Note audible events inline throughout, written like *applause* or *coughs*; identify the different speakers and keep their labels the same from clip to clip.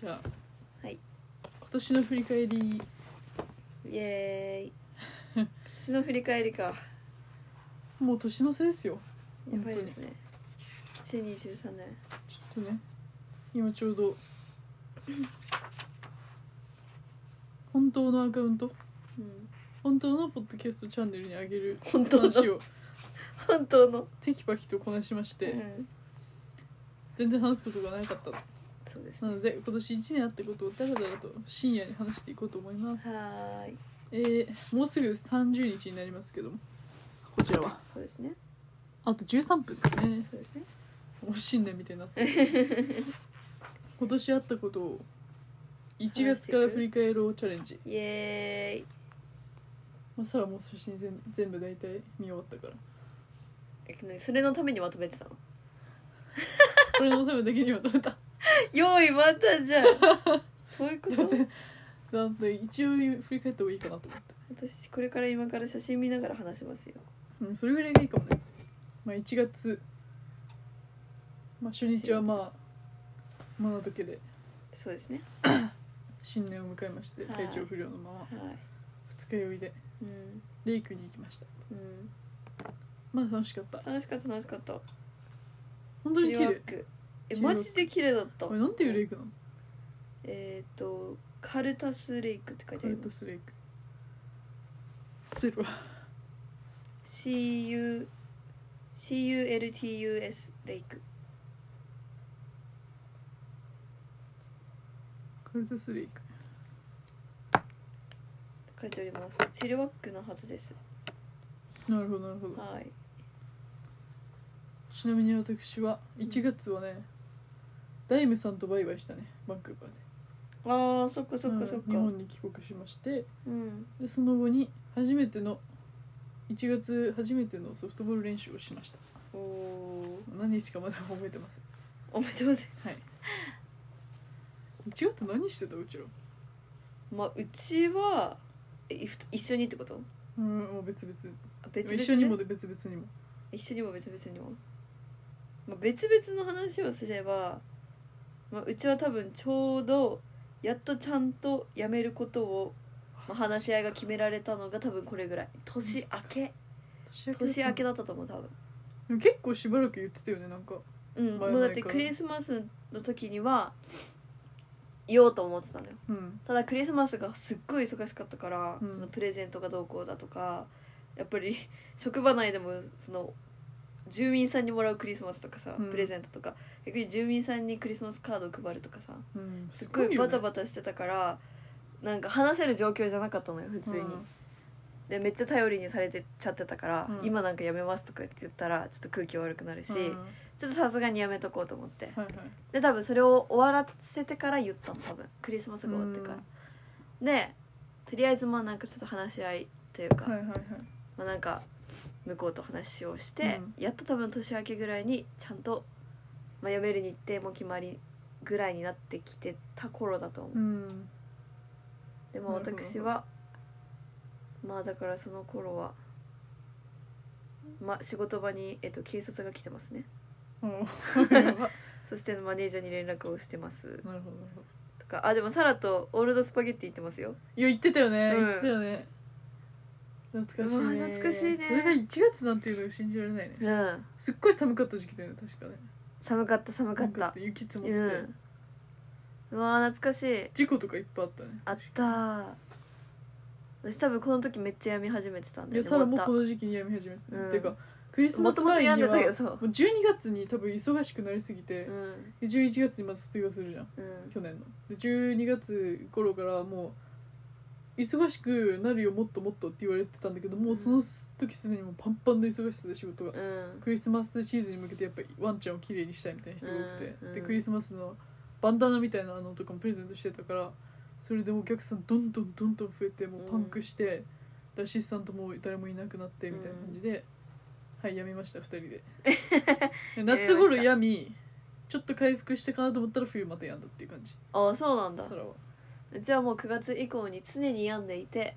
Speaker 1: じゃあ
Speaker 2: はい
Speaker 1: 今年の振り返り
Speaker 2: イエーイ私の振り返りかや
Speaker 1: もう年の瀬ですよ
Speaker 2: ばいですね2023年
Speaker 1: ちょっとね今ちょうど本当のアカウント
Speaker 2: うん
Speaker 1: 本当のポッドキャストチャンネルにあげる
Speaker 2: 本当の
Speaker 1: 話を
Speaker 2: 本当の
Speaker 1: テキパキとこなしまし
Speaker 2: う
Speaker 1: て
Speaker 2: ん、
Speaker 1: 全然話すことがなかった
Speaker 2: そうですね
Speaker 1: なので今年1年あったことをダラダラと深夜に話していこうと思います
Speaker 2: はーい
Speaker 1: えー、もうすぐ30日になりますけどもこちらは
Speaker 2: そうですね
Speaker 1: あと13分ですね
Speaker 2: そうですね
Speaker 1: もう新年みたいになってる今年あったことを1月から振り返ろうチャレンジ
Speaker 2: イエーイ
Speaker 1: まあ、サラもう写真全全部大体見終わったから
Speaker 2: え何それのためにまとめてたの
Speaker 1: これのためだけには食べた
Speaker 2: 用意またじゃん *laughs* そういうこと
Speaker 1: なんで一応振り返った方がいいかなと思って、
Speaker 2: 私これから今から写真見ながら話しますよ
Speaker 1: うん、それぐらいがいいかもね、まあ、1月、まあ、初日はまあまあだけで
Speaker 2: そうですね
Speaker 1: 新年を迎えまして
Speaker 2: はい
Speaker 1: 体調不良のまま
Speaker 2: はい
Speaker 1: 二日酔いで
Speaker 2: うん
Speaker 1: レイクに行きました
Speaker 2: うん
Speaker 1: まあ楽しかった
Speaker 2: 楽しかった楽しかった
Speaker 1: 本当に
Speaker 2: チ
Speaker 1: 綺
Speaker 2: リワ
Speaker 1: 麗
Speaker 2: ックえ
Speaker 1: チリワッ
Speaker 2: マ
Speaker 1: ク
Speaker 2: ジで綺麗だった
Speaker 1: これなんていうレイクなの
Speaker 2: えっ、とカルタスレイクって書いて
Speaker 1: カ
Speaker 2: あ
Speaker 1: ル
Speaker 2: る
Speaker 1: トスレイクスペルは
Speaker 2: CU CULTUS レイク
Speaker 1: カルトスレイク
Speaker 2: 書いておりますチリワックのはずです
Speaker 1: なるほどなるほど
Speaker 2: はい
Speaker 1: ちなみに私は1月はね、ダイムさんとバイバイしたねバンクーバーで
Speaker 2: あーそっかそっ
Speaker 1: うん
Speaker 2: かそっか
Speaker 1: 日本に帰国しまして
Speaker 2: うん
Speaker 1: でその後に初めての1月初めてのソフトボール練習をしました
Speaker 2: おお
Speaker 1: 何日かまだ覚えてます
Speaker 2: *laughs* おめでとうござい
Speaker 1: はい1月何してたうちら
Speaker 2: ますまあうちはえいふ一緒にってこと
Speaker 1: うんもう別々
Speaker 2: あ別々で
Speaker 1: 一緒にもで別々にも
Speaker 2: 一緒にも別々にも、まあ、別々の話をすれば、まあ、うちは多分ちょうどやっとちゃんとやめることを、まあ、話し合いが決められたのが多分これぐらい年明け年明け
Speaker 1: だ
Speaker 2: だったと思う多分
Speaker 1: でも結構しばらく言ってたよねなんか
Speaker 2: う
Speaker 1: 前
Speaker 2: ん
Speaker 1: 々
Speaker 2: もうだって
Speaker 1: から
Speaker 2: クリスマスの時には言おうと思ってたのよ
Speaker 1: うん
Speaker 2: ただクリスマスがすっごい忙しかったから、
Speaker 1: うん
Speaker 2: そのプレゼントがどうこうだとかやっぱり *laughs* 職場内でもその住民さんにもらうクリスマスとかさ、
Speaker 1: うん
Speaker 2: プレゼントとか逆に住民さんにクリスマスカードを配るとかさ
Speaker 1: うん
Speaker 2: すっごい
Speaker 1: よ
Speaker 2: バ
Speaker 1: ね
Speaker 2: タバタしてたから、なんか話せる状況じゃなかったのよ普通に、
Speaker 1: うん
Speaker 2: でめっちゃ頼りにされてちゃってたから、
Speaker 1: うん
Speaker 2: 今なんかやめますとかって言ったらちょっと空気悪くなるし、
Speaker 1: うんは
Speaker 2: ちょっとさすがにやめとこうと思って
Speaker 1: いはい
Speaker 2: で多分それを終わらせてから言ったの多分クリスマスが終わってから、でとりあえずまあなんかちょっと話し合いというか、
Speaker 1: はいはいはい
Speaker 2: まあなんか向こうと話をして、やっと多分年明けぐらいにちゃんと、まあ、辞める日程も決まりぐらいになってきてた頃だと思う、
Speaker 1: うん
Speaker 2: でも
Speaker 1: なるほど
Speaker 2: 私はまあだからその頃はまあ仕事場に、えっと、警察が来てますね *laughs*
Speaker 1: うんやば
Speaker 2: そしてマネージャーに連絡をしてます
Speaker 1: なるほどなるほど
Speaker 2: とかあでもサラとオールドスパゲッティ行ってますよ
Speaker 1: いや言ってたよね、
Speaker 2: うん
Speaker 1: 言ってたよね懐かしいう
Speaker 2: わ
Speaker 1: ね
Speaker 2: 懐かしいね
Speaker 1: それが1月なんていうのが信じられないね
Speaker 2: うん
Speaker 1: すっごい寒かった時期だよね確かね
Speaker 2: 寒かった寒かった
Speaker 1: なん雪積もっ
Speaker 2: う
Speaker 1: て、
Speaker 2: んうわー懐かしい
Speaker 1: 事故とかいっぱいあったね
Speaker 2: あったー私多分この時めっちゃ病み始めてたん
Speaker 1: い
Speaker 2: だよ
Speaker 1: や
Speaker 2: ね
Speaker 1: サラも
Speaker 2: ま
Speaker 1: こ
Speaker 2: た
Speaker 1: の時期にやみ始めてた、
Speaker 2: うん
Speaker 1: ていうかクリスマ
Speaker 2: も
Speaker 1: ス
Speaker 2: ともと
Speaker 1: 前には
Speaker 2: 病んで
Speaker 1: も
Speaker 2: たけど
Speaker 1: う
Speaker 2: そう
Speaker 1: 12月に多分忙しくなりすぎて
Speaker 2: う、ん
Speaker 1: 11月にまず卒業するじゃん
Speaker 2: うん
Speaker 1: 去年ので12月頃からもう忙しくなるよもっともっとって言われてたんだけどもうその時すでにもうパンパンの忙しさで仕事が
Speaker 2: うん
Speaker 1: クリスマスシーズンに向けてやっぱりワンちゃんをきれいにしたいみたいな人が多くて、
Speaker 2: うんうん
Speaker 1: でクリスマスのバンダナみたいなのとかもプレゼントしてたからそれでお客さんどんどんどんどん増えてもうパンクして、でアシスタントも誰もいなくなってみたいな感じで、はいやめました2人で *laughs* で夏頃やみちょっと回復したかなと思ったら冬またやんだっていう感じ
Speaker 2: ああそうなんだ
Speaker 1: 空は
Speaker 2: うちはもう9月以降に常に病んでいて、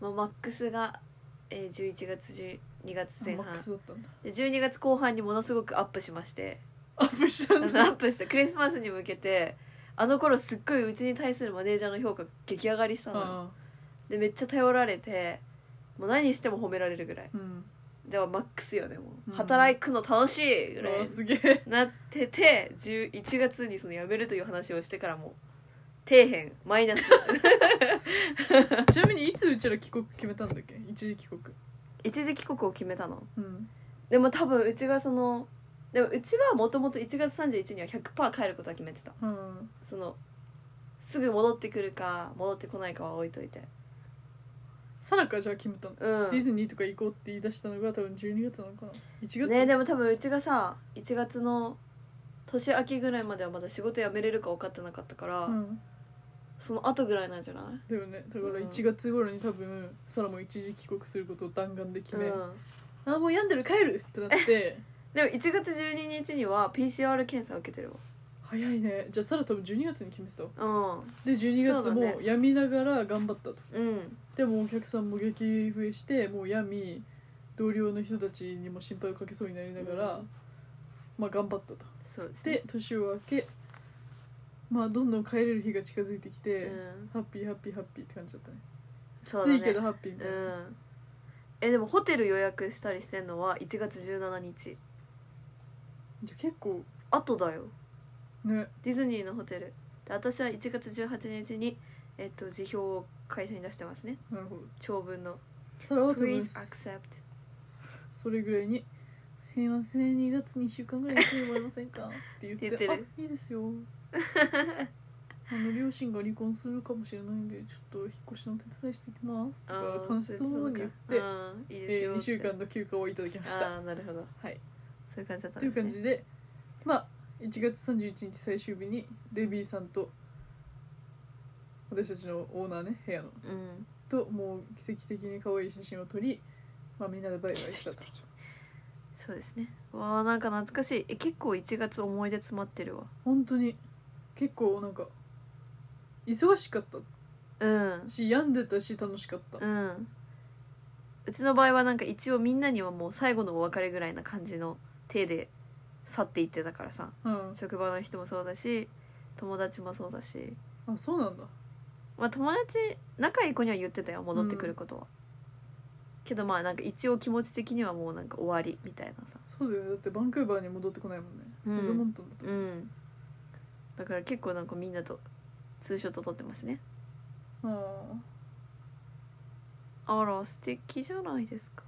Speaker 2: まあ、マックスが、えー、11月12月前
Speaker 1: マッ
Speaker 2: 半
Speaker 1: クスだったんだ
Speaker 2: で12月後半にものすごくアップしまして *laughs*
Speaker 1: アップした
Speaker 2: あ
Speaker 1: ん
Speaker 2: のアッ
Speaker 1: だ
Speaker 2: プしてクリスマスに向けてあの頃すっごいうちに対するマネージャーの評価激上がりしたのよ
Speaker 1: あ
Speaker 2: でめっちゃ頼られてもう何しても褒められるぐらい
Speaker 1: ーうん
Speaker 2: ではマックスよねもう、
Speaker 1: うん
Speaker 2: 働くの楽しいぐら
Speaker 1: うわ
Speaker 2: い
Speaker 1: すげ
Speaker 2: *laughs*
Speaker 1: え
Speaker 2: なってて11月にその辞めるという話をしてからもう底辺マイナス
Speaker 1: ちなみにいつうちら帰国決めたんだっけ一時帰国
Speaker 2: *laughs* 一時帰国を決めたの
Speaker 1: うん
Speaker 2: でも多分うちがそのでもうちはもともと1月31日には100%帰ることは決めてた
Speaker 1: うん
Speaker 2: そのすぐ戻ってくるか戻ってこないかは置いといて
Speaker 1: さらかじゃあ決めたの
Speaker 2: う
Speaker 1: ディ
Speaker 2: ん
Speaker 1: ズニーとか行こうって言い出したのが多分12月なのかな1月
Speaker 2: ねでも多分うちがさ1月の年明けぐらいまではまだ仕事辞めれるか分かってなかったから、
Speaker 1: うん
Speaker 2: その後ぐらいなんじゃない
Speaker 1: だよねだから
Speaker 2: うん
Speaker 1: 1月頃に多分サラも一時帰国することを弾丸で決め、
Speaker 2: うん
Speaker 1: あもう病んでる帰るってなって
Speaker 2: *laughs* でも1月12日には PCR 検査を受けてる
Speaker 1: 早いねじゃあサラ多分12月に決めてたわ
Speaker 2: わ
Speaker 1: で12月
Speaker 2: そうだね
Speaker 1: もやみながら頑張ったと
Speaker 2: うんうん
Speaker 1: でもお客さんも激増えしてもうやみ同僚の人たちにも心配をかけそうになりながら、
Speaker 2: うん
Speaker 1: まあ頑張ったと
Speaker 2: そうですね
Speaker 1: で年を明けまあどんどん帰れる日が近づいてきて、
Speaker 2: うん
Speaker 1: ハッピーハッピーハッピーって感じだったね
Speaker 2: そうだ
Speaker 1: つ
Speaker 2: ね
Speaker 1: いけどハッピーみ
Speaker 2: う
Speaker 1: たいな、
Speaker 2: んえでもホテル予約したりしてんのは1月17日
Speaker 1: じゃあ結構
Speaker 2: あとだよ
Speaker 1: ね
Speaker 2: ディズニーのホテルで私は1月18日に、えっと、辞表を会社に出してますね
Speaker 1: なるほど
Speaker 2: 長文の
Speaker 1: サラ
Speaker 2: 「
Speaker 1: は多分
Speaker 2: Please accept
Speaker 1: それぐらいに「すいません2月2週間ぐらい休みもらえませんか?」って言って
Speaker 2: 言ってる
Speaker 1: あいいですよ
Speaker 2: *laughs*
Speaker 1: あの両親が離婚するかもしれないんでちょっと引っ越しのお手伝いしてきます」と
Speaker 2: あ
Speaker 1: か
Speaker 2: ー」
Speaker 1: 楽しそうに言って、
Speaker 2: うんいいです
Speaker 1: え
Speaker 2: よ
Speaker 1: 2週間の休暇をいただきました。
Speaker 2: ああーなるほど
Speaker 1: はい、
Speaker 2: そういう感じだったん
Speaker 1: とい
Speaker 2: で
Speaker 1: う
Speaker 2: す、ね、
Speaker 1: 感じでまあ1月31日最終日にデビーさんと私たちのオーナーね部屋の
Speaker 2: うん
Speaker 1: ともう奇跡的に可愛い写真を撮り、まあ、みんなでバイバイしたと。
Speaker 2: そうですねわあなんか懐かしいえ結構1月思い出詰まってるわ
Speaker 1: 本当に結構なんか忙しかった
Speaker 2: うん
Speaker 1: し病んでたし楽しかった、
Speaker 2: うんうちの場合はなんか一応みんなにはもう最後のお別れぐらいな感じの手で去っていってたからさ
Speaker 1: うん
Speaker 2: 職場の人もそうだし友達もそうだし
Speaker 1: あそうなんだ
Speaker 2: まあ友達仲いい子には言ってたよ戻ってくることは、けどまあなんか一応気持ち的にはもうなんか終わりみたいなさ
Speaker 1: そうだよねだってバンクーバーに戻ってこないもんね、
Speaker 2: うん
Speaker 1: エドモントンだと、
Speaker 2: うんだから結構なんかみんなとツーショット撮ってますね
Speaker 1: ああ
Speaker 2: あら素敵じゃないですか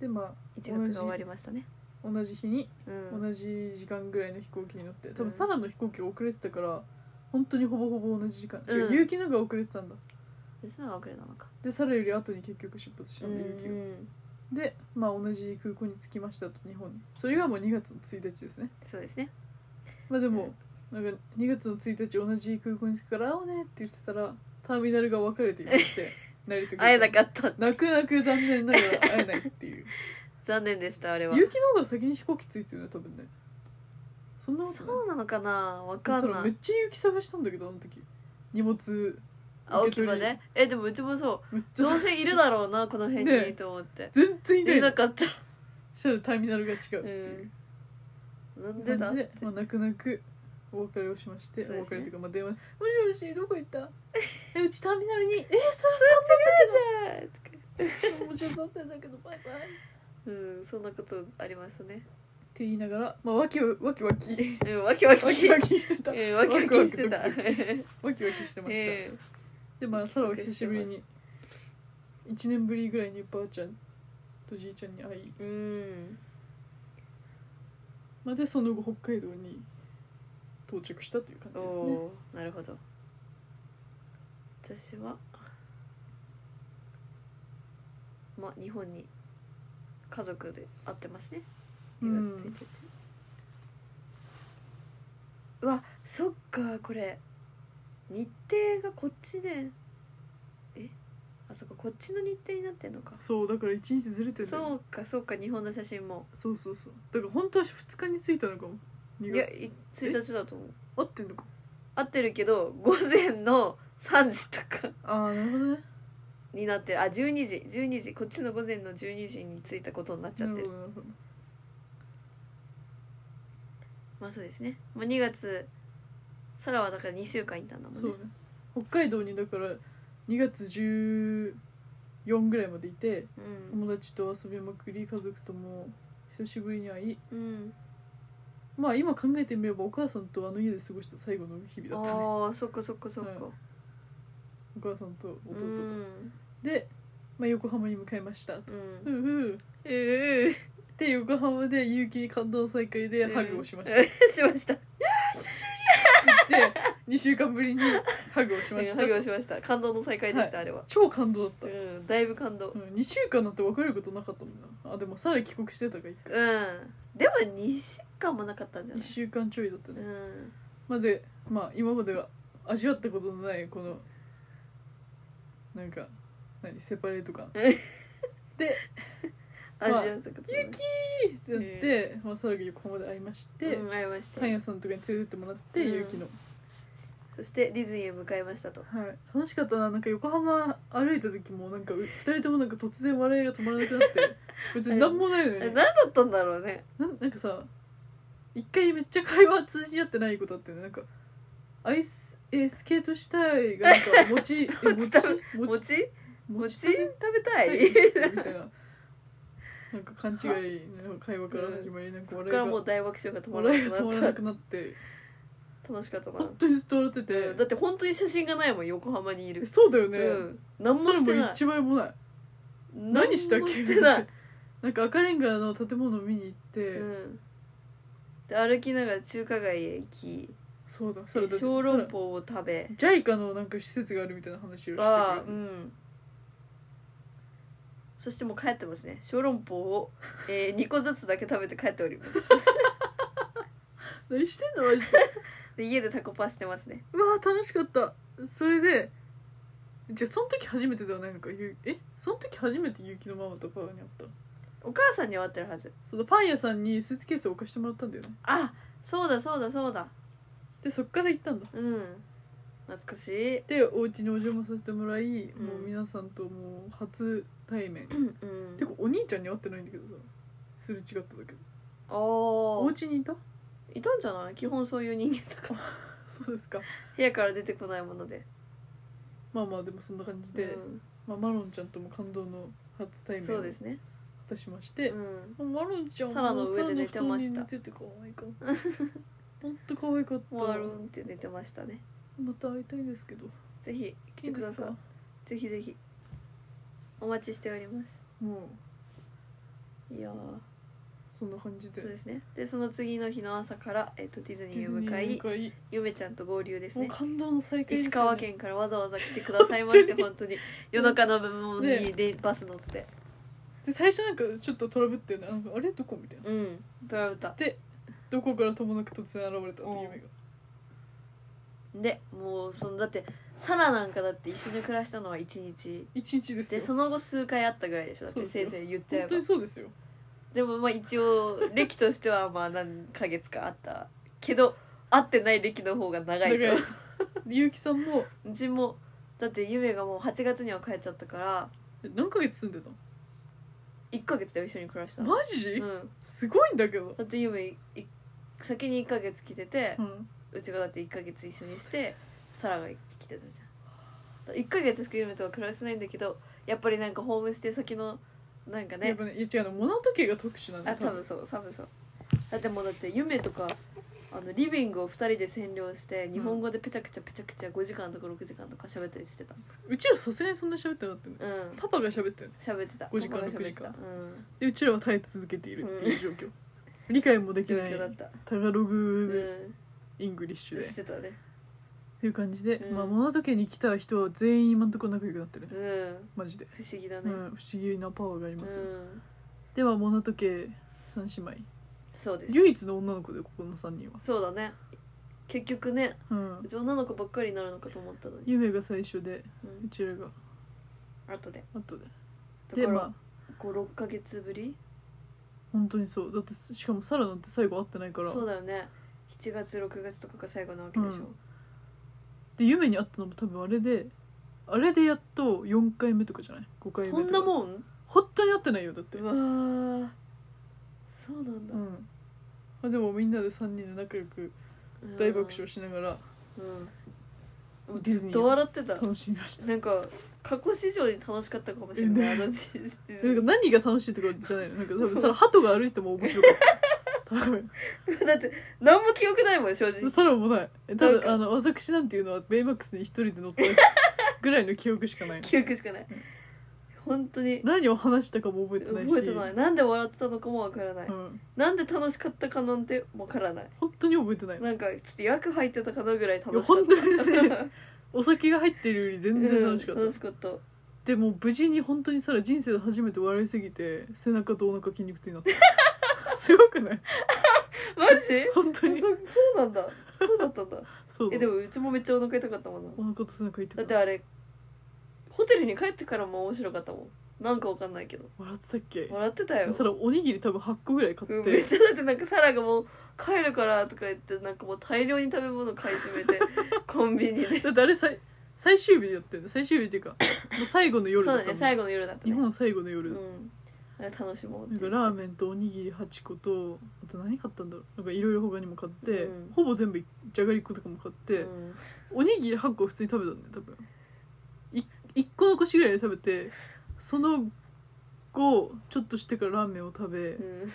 Speaker 1: でまあ
Speaker 2: 1月が終わりましたね
Speaker 1: 同じ日に
Speaker 2: うん
Speaker 1: 同じ時間ぐらいの飛行機に乗って多
Speaker 2: う
Speaker 1: 分
Speaker 2: ん
Speaker 1: サラの飛行機が遅れてたから本当にほぼほぼ同じ時間、
Speaker 2: うん
Speaker 1: 違う結城のが遅れてたんだ
Speaker 2: 別のが遅れなのか
Speaker 1: でサラより後に結局出発した
Speaker 2: うんんう
Speaker 1: で結城が
Speaker 2: ん
Speaker 1: でまあ同じ空港に着きましたと日本にそれがもう2月の1日ですね
Speaker 2: そうですね
Speaker 1: まあでも、なんか2月の1日同じ空港に着くから会おうねって言ってたらターミナルが分かれていまして
Speaker 2: *laughs*
Speaker 1: 成田
Speaker 2: 会えなかった
Speaker 1: 泣く泣く残念ながら会えないっていう
Speaker 2: 残念でしたあれは
Speaker 1: 結城の方が先に飛行機着いてるね多分ねそんなこと
Speaker 2: そうなのかなわ
Speaker 1: な
Speaker 2: か
Speaker 1: いそ
Speaker 2: ん
Speaker 1: れ
Speaker 2: な
Speaker 1: めっ
Speaker 2: い
Speaker 1: ちゃ結城探したんだけどあの時荷物
Speaker 2: 青
Speaker 1: 受け
Speaker 2: 木場
Speaker 1: 取り
Speaker 2: ねえでもうちもそう
Speaker 1: めっちゃ
Speaker 2: どうせいるだろうなこの辺
Speaker 1: ね
Speaker 2: にと思って
Speaker 1: *laughs* 全然いない
Speaker 2: い
Speaker 1: の
Speaker 2: なかった
Speaker 1: そしたらターミナルが違うっていう
Speaker 2: なんでだ
Speaker 1: 感じで、まあ、泣く泣くお別れをしまして、
Speaker 2: そう
Speaker 1: お
Speaker 2: です
Speaker 1: 別
Speaker 2: ね
Speaker 1: れというか、まあ、電話で「もしもしどこ行った
Speaker 2: *laughs*
Speaker 1: え」うちターミナルに「えそ
Speaker 2: 違う
Speaker 1: れもちろん座ってんだけどバイバイ」
Speaker 2: 違ううんそんなことありましたね
Speaker 1: って言いながら、まあ、わきわわきわき
Speaker 2: *laughs* うんわきわき
Speaker 1: わきわきしてた
Speaker 2: うんわきわきしてた
Speaker 1: ワクワクドキドキわきわきしてました、
Speaker 2: え
Speaker 1: でまあサラは
Speaker 2: ワクワ
Speaker 1: 久
Speaker 2: クして
Speaker 1: し
Speaker 2: ま
Speaker 1: ぶ
Speaker 2: す
Speaker 1: りに1年ぶりぐらいにばあちゃんとじいちゃんに会い
Speaker 2: えうん
Speaker 1: まあでその後北海道に到着したという感
Speaker 2: お
Speaker 1: じですね
Speaker 2: おーなるほど私はまあ日本に家族で会ってますね2月1日、うわそっかこれ日程がこっちでえあそっかこっちの日程になってんのか
Speaker 1: そうだから1日ずれてる
Speaker 2: そうかそうか日本の写真も
Speaker 1: そうそうそうだから本当は2日に着いたのかも
Speaker 2: い
Speaker 1: 2
Speaker 2: や
Speaker 1: 月
Speaker 2: い1日だと思う
Speaker 1: 合ってんのか
Speaker 2: 合ってるけど午前の3時とか
Speaker 1: ああなるほどね
Speaker 2: になってるあ12時12時こっちの午前の12時に着いたことになっち
Speaker 1: なる
Speaker 2: ゃっ
Speaker 1: ほ
Speaker 2: てる
Speaker 1: どなるほど
Speaker 2: まあそうですね、まあ、2月サラはだから2週間いたんだもん
Speaker 1: そう
Speaker 2: ね
Speaker 1: ね北海道にだから2月14ぐらいまでいて
Speaker 2: うん
Speaker 1: 友達と遊びまくり家族とも久しぶりに会い
Speaker 2: うん、
Speaker 1: まあ今考えてみればお母さんとあの家で過ごした最後の日々だったね
Speaker 2: ああそっかそっかそっか、
Speaker 1: うんお母さんと
Speaker 2: う
Speaker 1: 弟と、
Speaker 2: ん
Speaker 1: で、まあ、横浜に向かいました
Speaker 2: う
Speaker 1: ふ
Speaker 2: ん、
Speaker 1: うふう
Speaker 2: ええ
Speaker 1: で横浜で有機感動再会でハグをしました、
Speaker 2: うん *laughs* しました
Speaker 1: で2週間ぶりにハグを *laughs* しました
Speaker 2: ハグをしました感動の再会でした、あれは
Speaker 1: 超感動だった、
Speaker 2: うんだいぶ感動
Speaker 1: うん、2週間なんて別れることなかったもんなあでもサラ帰国してたから
Speaker 2: うんでも2週間もなかったんじゃな
Speaker 1: 1
Speaker 2: い
Speaker 1: 週間ちょいだった
Speaker 2: う
Speaker 1: ね、
Speaker 2: ん
Speaker 1: まあでまあ今までは味わったことのないこのなんか何セパレート感
Speaker 2: 味
Speaker 1: まあ
Speaker 2: わったことない
Speaker 1: ゆきーってなって、まあ、サラが横浜で会いまして、
Speaker 2: うん会いました
Speaker 1: パン屋さんとかに連れてってもらって、
Speaker 2: うん
Speaker 1: ゆうきの、
Speaker 2: そしてディズニーへ向かいましたと
Speaker 1: はい、楽しかったななんか横浜歩いた時もなんか2人ともなんか突然笑いが止まらなくなって *laughs* 別に何もないの
Speaker 2: え
Speaker 1: に
Speaker 2: 何だったんだろうね
Speaker 1: なんなんかさ一回めっちゃ会話通じ合ってないことあってねなんかアイスえースケートしたいがなんか持 *laughs* ちえ持ち
Speaker 2: 餅
Speaker 1: 持
Speaker 2: 食
Speaker 1: ち
Speaker 2: 餅
Speaker 1: 持
Speaker 2: 餅
Speaker 1: ち
Speaker 2: 食べ
Speaker 1: *laughs*
Speaker 2: たい
Speaker 1: みたいななんか勘違いの会話から始まりなんか
Speaker 2: そっ
Speaker 1: 笑い
Speaker 2: から
Speaker 1: が
Speaker 2: もう大爆笑が止まら
Speaker 1: 笑いが止まらな
Speaker 2: なくなっ
Speaker 1: くなって
Speaker 2: た楽しかったな
Speaker 1: 本当にずっと笑って
Speaker 2: うんだってて本当に写真がないもん横浜にいる
Speaker 1: えそうだよ
Speaker 2: う
Speaker 1: ね、
Speaker 2: ん何
Speaker 1: そ
Speaker 2: も
Speaker 1: れ
Speaker 2: して
Speaker 1: も
Speaker 2: ない
Speaker 1: 一枚もない何したっけ
Speaker 2: 何もしてない
Speaker 1: なんか赤レンガの建物を見に行って、
Speaker 2: うんで歩きながら中華街へ行き
Speaker 1: そうだそうだ
Speaker 2: 小籠包を食べ
Speaker 1: ジャイカのなんか施設があるみたいな話をしてくれて
Speaker 2: ああうんそしてもう帰ってますね小籠包を、え2個ずつだけ食べて帰っております
Speaker 1: 何してんのマジで
Speaker 2: で家でタコパしてますね
Speaker 1: *laughs* うわー楽しかったそれでじゃあその時初めてではないのかゆえその時初めて結城のママとパパに会った
Speaker 2: お母さんには会ってるはず
Speaker 1: そのパン屋さんにスーツケースを置かしてもらったんだよね
Speaker 2: あそうだそうだそうだ
Speaker 1: でそっから行ったんだ
Speaker 2: うん懐かしい
Speaker 1: でお家にお邪魔させてもらい、
Speaker 2: ん
Speaker 1: もう皆さんともう初対面
Speaker 2: うんうん
Speaker 1: てかお兄ちゃんに会ってないんだけどさすれ違っただけど
Speaker 2: あ
Speaker 1: お
Speaker 2: ー
Speaker 1: 家にいた
Speaker 2: いたんじゃない基本そういう人間だ *laughs* から
Speaker 1: そうですか
Speaker 2: 部屋から出てこないもので
Speaker 1: まあまあでもそんな感じで、
Speaker 2: うん
Speaker 1: まあ、マロンちゃんとも感動の初対面
Speaker 2: そ
Speaker 1: を
Speaker 2: う
Speaker 1: 果
Speaker 2: ですね
Speaker 1: たしまして
Speaker 2: う、ん
Speaker 1: マロンちゃん
Speaker 2: サラの上で寝てまし
Speaker 1: サラの布団に
Speaker 2: た
Speaker 1: 寝てて可愛かった本当可愛か
Speaker 2: *laughs*
Speaker 1: った
Speaker 2: ワルンって寝てましたね
Speaker 1: また会いたいですけど
Speaker 2: ぜひ来
Speaker 1: い
Speaker 2: て
Speaker 1: い
Speaker 2: く
Speaker 1: で
Speaker 2: だ
Speaker 1: す
Speaker 2: さい
Speaker 1: か
Speaker 2: ぜひぜひお待ちしております
Speaker 1: もう
Speaker 2: いやー
Speaker 1: そんな感じで
Speaker 2: そうですねでその次の日の朝から、えっとディズニ
Speaker 1: ディ
Speaker 2: ーへ
Speaker 1: ズニ
Speaker 2: 向か
Speaker 1: ーに
Speaker 2: い
Speaker 1: 向かい
Speaker 2: 嫁ちゃんと合流です
Speaker 1: もう
Speaker 2: ね
Speaker 1: 感動の再会ですよね
Speaker 2: 石川県からわざわざ来てくださいまして本当に夜中の部門に
Speaker 1: ね
Speaker 2: でバス乗って
Speaker 1: で最初なんかちょっとトラブってねああれどこみたいな
Speaker 2: うんトラブった
Speaker 1: どこからともなく突然現れたって
Speaker 2: うん
Speaker 1: 夢が
Speaker 2: でもうそのだってサラなんかだって一緒に暮らしたのは1日
Speaker 1: 一日です
Speaker 2: で
Speaker 1: よ
Speaker 2: その後数回あったぐらいでしょだっ
Speaker 1: そう
Speaker 2: て
Speaker 1: ですよ
Speaker 2: 先生言っちゃえ
Speaker 1: 本当
Speaker 2: ば
Speaker 1: にそうですよ
Speaker 2: でもまあ一応歴としてはまあ何ヶ月かあったけど会ってない歴の方が
Speaker 1: だ
Speaker 2: 長
Speaker 1: か
Speaker 2: いと
Speaker 1: ら結城さんも
Speaker 2: うちもだって夢がもう8月には帰っちゃったから
Speaker 1: え何ヶ月住んで
Speaker 2: *laughs*
Speaker 1: た
Speaker 2: 1ヶ月で一緒に暮らした
Speaker 1: の
Speaker 2: の、
Speaker 1: マジ、
Speaker 2: うん、
Speaker 1: すごいんだけど、
Speaker 2: だって夢い先に1ヶ月来てて
Speaker 1: う、ん、
Speaker 2: うちがだって1ヶ月一緒にしてサラが来てたじゃん1ヶ月しか夢とは暮らせないんだけどやっぱりなんかホームステイ先のなんか
Speaker 1: やっ
Speaker 2: ね
Speaker 1: ぱねいや違うの物時計が特殊なんだ
Speaker 2: あ
Speaker 1: よ
Speaker 2: 多分そう多分そうだってもうだって夢とかあのリビングを2人で占領して日本語でペチャクチャペチャクチャ5時間とか6時間とか喋ったりしてた
Speaker 1: うちらさすがにそんなに喋ってなかったよね
Speaker 2: うん
Speaker 1: パパが喋ったよね
Speaker 2: 喋ってた
Speaker 1: 5時間
Speaker 2: パパが喋ってた
Speaker 1: 6
Speaker 2: うん
Speaker 1: でうちらは耐え続けているっていう状況、理解もでき
Speaker 2: 状
Speaker 1: ない
Speaker 2: 況だった
Speaker 1: タガロ
Speaker 2: う
Speaker 1: グ
Speaker 2: ん
Speaker 1: イングリッシュで、っ
Speaker 2: してたね
Speaker 1: ていう感じで、
Speaker 2: うん
Speaker 1: まあ物時計に来た人は全員今んとこ仲良くなってるね
Speaker 2: うん
Speaker 1: マジで、
Speaker 2: 不思議だ
Speaker 1: う
Speaker 2: ね
Speaker 1: ん、不思議なパワーがあり
Speaker 2: う
Speaker 1: ますよ、
Speaker 2: ん
Speaker 1: では物時計三姉妹
Speaker 2: そうです
Speaker 1: 唯一の女の子でここの3人は、
Speaker 2: そうだね結局ね
Speaker 1: うん
Speaker 2: う、ち女の子ばっかりになるのかと思ったのに、
Speaker 1: 夢が最初で
Speaker 2: うん
Speaker 1: う、ちらが
Speaker 2: 後で
Speaker 1: 後で
Speaker 2: だ
Speaker 1: で
Speaker 2: か
Speaker 1: ま
Speaker 2: ら
Speaker 1: あ
Speaker 2: 56か月ぶり
Speaker 1: 本当にそうだってしかもサラなんて最後会ってないから
Speaker 2: そうだよね7月6月とかが最後なわけでしょ、
Speaker 1: で夢に会ったのも多分あれであれでやっと4回目とかじゃない5回目と
Speaker 2: そ
Speaker 1: か
Speaker 2: んなもん
Speaker 1: 本当に会ってないよだって
Speaker 2: うわーそうなんだ
Speaker 1: う、んまあ、でもみんなで3人で仲良く大爆笑しながら
Speaker 2: うん、もうずっと笑ってた
Speaker 1: 楽しみました
Speaker 2: なんか過去史上に楽しかったかもしれないあの事
Speaker 1: なんか
Speaker 2: 実
Speaker 1: 何が楽しいとかじゃないのなんか多分その鳩が歩いても面白かった多分
Speaker 2: *laughs* だって何も記憶ないもん正直
Speaker 1: それもないえた
Speaker 2: なんか
Speaker 1: だあの私なんていうのはベイマックスに一人で乗
Speaker 2: *laughs*
Speaker 1: ったぐらいの記憶しかない
Speaker 2: 記憶しかない本当に
Speaker 1: 何を話したかも覚えてないし
Speaker 2: 覚えてないなんで笑ってたのかもわからない
Speaker 1: うん、
Speaker 2: なんで楽しかったかなんてわからない
Speaker 1: 本当に覚えてない
Speaker 2: なんかちょっと役入ってたかなぐらい
Speaker 1: いや
Speaker 2: 楽しかっ
Speaker 1: 本当にね
Speaker 2: た
Speaker 1: お酒が入ってるより全然楽しかった、
Speaker 2: *laughs* うん楽しかった
Speaker 1: でも無事に本当にさら人生で初めて笑いすぎて背中とお腹筋肉痛になった
Speaker 2: *laughs*
Speaker 1: すごくない
Speaker 2: マジ
Speaker 1: 本当
Speaker 2: そ
Speaker 1: に
Speaker 2: そうなんだそうだったんだ
Speaker 1: そうだ
Speaker 2: えでもうちもめっちゃお腹痛かったもんな
Speaker 1: お腹と背中痛
Speaker 2: だっ
Speaker 1: く
Speaker 2: て
Speaker 1: ない
Speaker 2: あれホテルに帰ってからも面白かったもんなんかわかんないけど
Speaker 1: 笑ってたっけ
Speaker 2: 笑ってたよ
Speaker 1: それおにぎり多分8個ぐらい買
Speaker 2: うん
Speaker 1: っ
Speaker 2: めってちゃだってなんかサラがもう帰るからとか言ってなんかもう大量に食べ物買い占めて
Speaker 1: *laughs*
Speaker 2: コンビニで
Speaker 1: だってあれ最最終日でやってる最終日っていう
Speaker 2: *coughs*
Speaker 1: かもう最後の夜
Speaker 2: そ
Speaker 1: だ
Speaker 2: う
Speaker 1: ったも
Speaker 2: だ
Speaker 1: ん
Speaker 2: ね最後の夜だった
Speaker 1: 日
Speaker 2: ね
Speaker 1: 本最後の
Speaker 2: う
Speaker 1: 夜だった、
Speaker 2: んなんか楽しもうっ
Speaker 1: なん
Speaker 2: て
Speaker 1: かラーメンとおにぎり8個とあと何買ったんだろうなんかいろいろ他にも買って、
Speaker 2: うん
Speaker 1: ほぼ全部じゃがりことかも買って、
Speaker 2: うん
Speaker 1: おにぎり8個普通に食べたんだよ多分い1個の腰ぐらいで食べてその後ちょっとしてからラーメンを食べ
Speaker 2: うん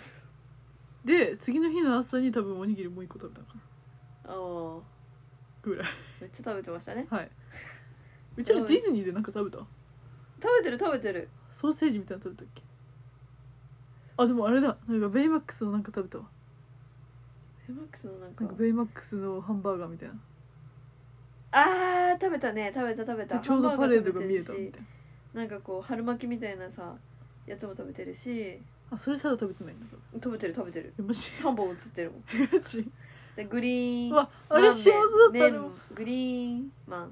Speaker 1: で次の日の朝に多分おにぎりもう1個食べたのかな
Speaker 2: ああ
Speaker 1: ぐらい
Speaker 2: めっちゃ食べてましたね
Speaker 1: はいうちらディズニーでなんか食べた
Speaker 2: 食べてる食べてる
Speaker 1: ソーセージみたいなの食べたっけあでもあれだなんかベイマックスのなんか食べたわ
Speaker 2: ベイマックスのなんか
Speaker 1: なんかベイマックスのハンバーガーみたいな
Speaker 2: あー食べたね食べた食べた
Speaker 1: でちょうどパレードが見えた
Speaker 2: ハンバー
Speaker 1: み
Speaker 2: ガー食べ
Speaker 1: たい
Speaker 2: てる
Speaker 1: な
Speaker 2: しなんかこう春巻きみたいなさやつも食べてるし
Speaker 1: あそれさら食べてないんだぞ
Speaker 2: 食べてる食べてる
Speaker 1: えマジ
Speaker 2: 3本映ってるもん
Speaker 1: マジ
Speaker 2: でグリーン
Speaker 1: うわあれ幸せだった
Speaker 2: マンメン
Speaker 1: の
Speaker 2: メングリーンマン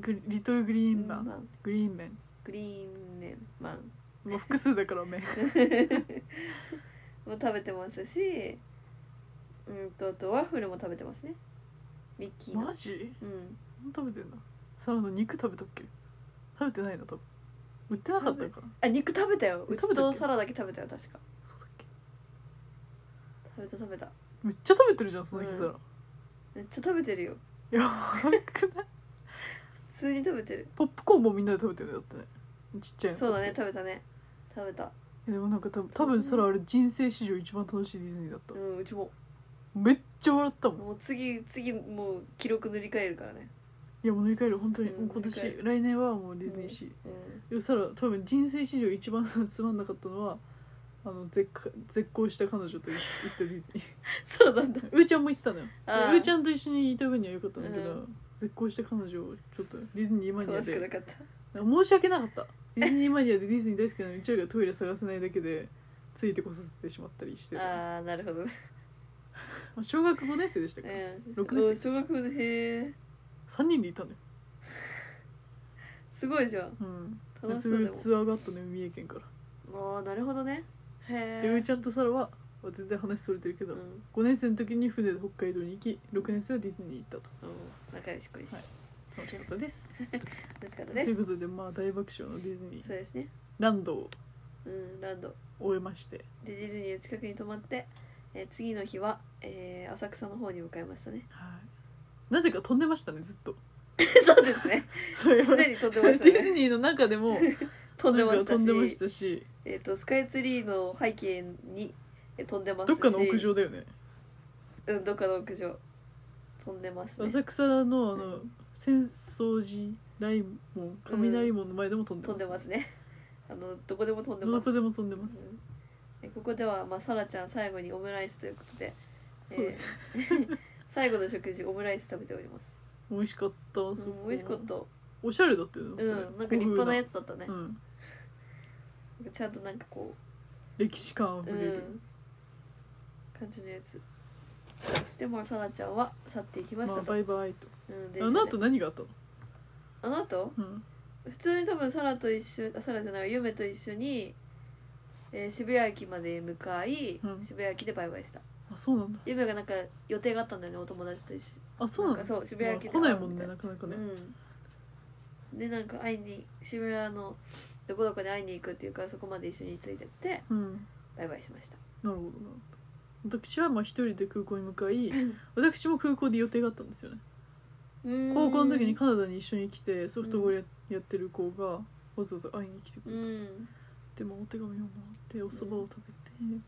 Speaker 1: グリリトルグリーンマン
Speaker 2: マン
Speaker 1: グリーンメン
Speaker 2: グリーンメンマン
Speaker 1: もう複数だから麺
Speaker 2: も食べてますしうんとあとワッフルも食べてますねミッキーの
Speaker 1: マジ
Speaker 2: うん
Speaker 1: 何食べてんだサラの肉食べたっけ食べてないの多分売ってなかったか
Speaker 2: あ肉食べたようち
Speaker 1: 食べたっ
Speaker 2: と
Speaker 1: け
Speaker 2: サラだけ食べたよ確か
Speaker 1: そうだっけ
Speaker 2: 食べた食べた
Speaker 1: めっちゃ食べてるじゃんその日サラ、
Speaker 2: めっちゃ食べてるよ
Speaker 1: やばくない
Speaker 2: 普通に食べてる
Speaker 1: ポップコーンもみんなで食べてるよだってねちっちゃいの
Speaker 2: そうだね食べたね食べた
Speaker 1: いやでもなんか多分多分それあれ人生史上一番楽しいディズニーだった
Speaker 2: う、んうちも
Speaker 1: めっちゃ笑ったもんい
Speaker 2: もう次次もう記録塗り替えるからね
Speaker 1: やもう乗り換える本当に、
Speaker 2: う
Speaker 1: も
Speaker 2: ん
Speaker 1: う今
Speaker 2: 乗り換
Speaker 1: 年来年はもうディズニーシー、
Speaker 2: うん
Speaker 1: でもさら多分人生史上一番つまんなかったのはあの絶好絶好した彼女と行ったディ
Speaker 2: *laughs*
Speaker 1: ズニー
Speaker 2: *laughs* そうなんだ
Speaker 1: うーちゃんも行ってたのよう
Speaker 2: ああ
Speaker 1: ーちゃんと一緒にいた分にはよかったんだけど、
Speaker 2: う
Speaker 1: 絶好した彼女をちょっとディズニーマニア
Speaker 2: 楽しくな
Speaker 1: で
Speaker 2: かった
Speaker 1: 申し訳なかったディズニーマニアでディズニー大好きなのにうちらがトイレ探せないだけでついてこさせてしまったりしてたま
Speaker 2: ああなるほどね、
Speaker 1: あ、小学5年生でしたから、
Speaker 2: うん、
Speaker 1: 六年生
Speaker 2: お小学校でへえ
Speaker 1: 3人でいたのよ、
Speaker 2: すごいじゃん
Speaker 1: うん、
Speaker 2: 楽し
Speaker 1: そ
Speaker 2: そうう
Speaker 1: い
Speaker 2: で
Speaker 1: うツアーがあったのよ三重県から、
Speaker 2: もああなるほどねへ
Speaker 1: でうー
Speaker 2: え
Speaker 1: ちゃんとサラはまあ全然話それてるけ
Speaker 2: う
Speaker 1: ど、
Speaker 2: ん、うん、
Speaker 1: 5年生の時に船で北海道に行き6年生はディズニーに行ったと
Speaker 2: 仲良しこいし、
Speaker 1: はい楽しかったです
Speaker 2: 楽しかった
Speaker 1: と
Speaker 2: で
Speaker 1: いう
Speaker 2: す
Speaker 1: ことでまあ大爆笑のディズニー
Speaker 2: そうですね
Speaker 1: ランドを
Speaker 2: うんランド
Speaker 1: 終えまして
Speaker 2: でディズニーの近くに泊まって、えー次の日は、えー浅草の方に向かい
Speaker 1: *laughs*
Speaker 2: ましたね
Speaker 1: はいなぜか飛んでましたねずっと
Speaker 2: そうですね
Speaker 1: そういえば
Speaker 2: すでに飛んでま
Speaker 1: *laughs*
Speaker 2: した
Speaker 1: ディズ
Speaker 2: ね
Speaker 1: ニーの中でも
Speaker 2: *laughs* 飛んでました
Speaker 1: なんか飛んでま
Speaker 2: し
Speaker 1: したし
Speaker 2: えー、とスカイツリーの背景にえー飛んでますし
Speaker 1: どっかの屋上だよね
Speaker 2: うんどっかの屋上飛んでますね
Speaker 1: 浅草のあの浅草寺雷門雷門の前でも飛んで
Speaker 2: 飛ん
Speaker 1: ます、
Speaker 2: でますねあのどこでも飛んで
Speaker 1: ど
Speaker 2: ま
Speaker 1: な
Speaker 2: す
Speaker 1: たでも飛んでます、
Speaker 2: うんえここでは、まあ、サラちゃん最後にオムライスということで
Speaker 1: そうです、
Speaker 2: 最後の食事オムライス食べております、
Speaker 1: 美味しかった、
Speaker 2: う
Speaker 1: すごい
Speaker 2: ん、美味しかったう
Speaker 1: おしゃれだったよね
Speaker 2: んなんか立派なや
Speaker 1: つ、
Speaker 2: つだったね、
Speaker 1: うん、
Speaker 2: なんかちゃんとなんかこ
Speaker 1: 歴史感あ
Speaker 2: う、
Speaker 1: ふ
Speaker 2: う
Speaker 1: れる、
Speaker 2: ん、感じのやつそしてもうサラちゃんは去っていきまし
Speaker 1: ま
Speaker 2: た
Speaker 1: あ、
Speaker 2: と、
Speaker 1: バイバイと
Speaker 2: うん、電
Speaker 1: あ
Speaker 2: 車
Speaker 1: の
Speaker 2: で
Speaker 1: 後何があったの、
Speaker 2: あの後
Speaker 1: うん、
Speaker 2: 普通に多分サラと一緒あサラじゃない夢と一緒に、えー渋谷駅まで向かい、
Speaker 1: うん
Speaker 2: 渋谷駅でバイバイした
Speaker 1: あそうなんだ
Speaker 2: 夢がなんか予定があったんだよねお友達と一緒
Speaker 1: あそうなん
Speaker 2: な
Speaker 1: だ
Speaker 2: んかそう渋谷駅で
Speaker 1: まあ来ないもん
Speaker 2: 会
Speaker 1: ね
Speaker 2: うみ
Speaker 1: なかなかね、
Speaker 2: うん、でなんか会いに渋谷のどこどこに会いに行くっていうからそこまで一緒についてって
Speaker 1: うん
Speaker 2: バイバイしました
Speaker 1: なるほどな私はまあ一人で空港に向かい私も空港で予定があったんですよね高校の時にカナダに一緒に来てソフトボールや,、ってる子がわざわざ会いに来てく
Speaker 2: う
Speaker 1: れた、
Speaker 2: ん
Speaker 1: でもお手紙をもらっておそばを食べて、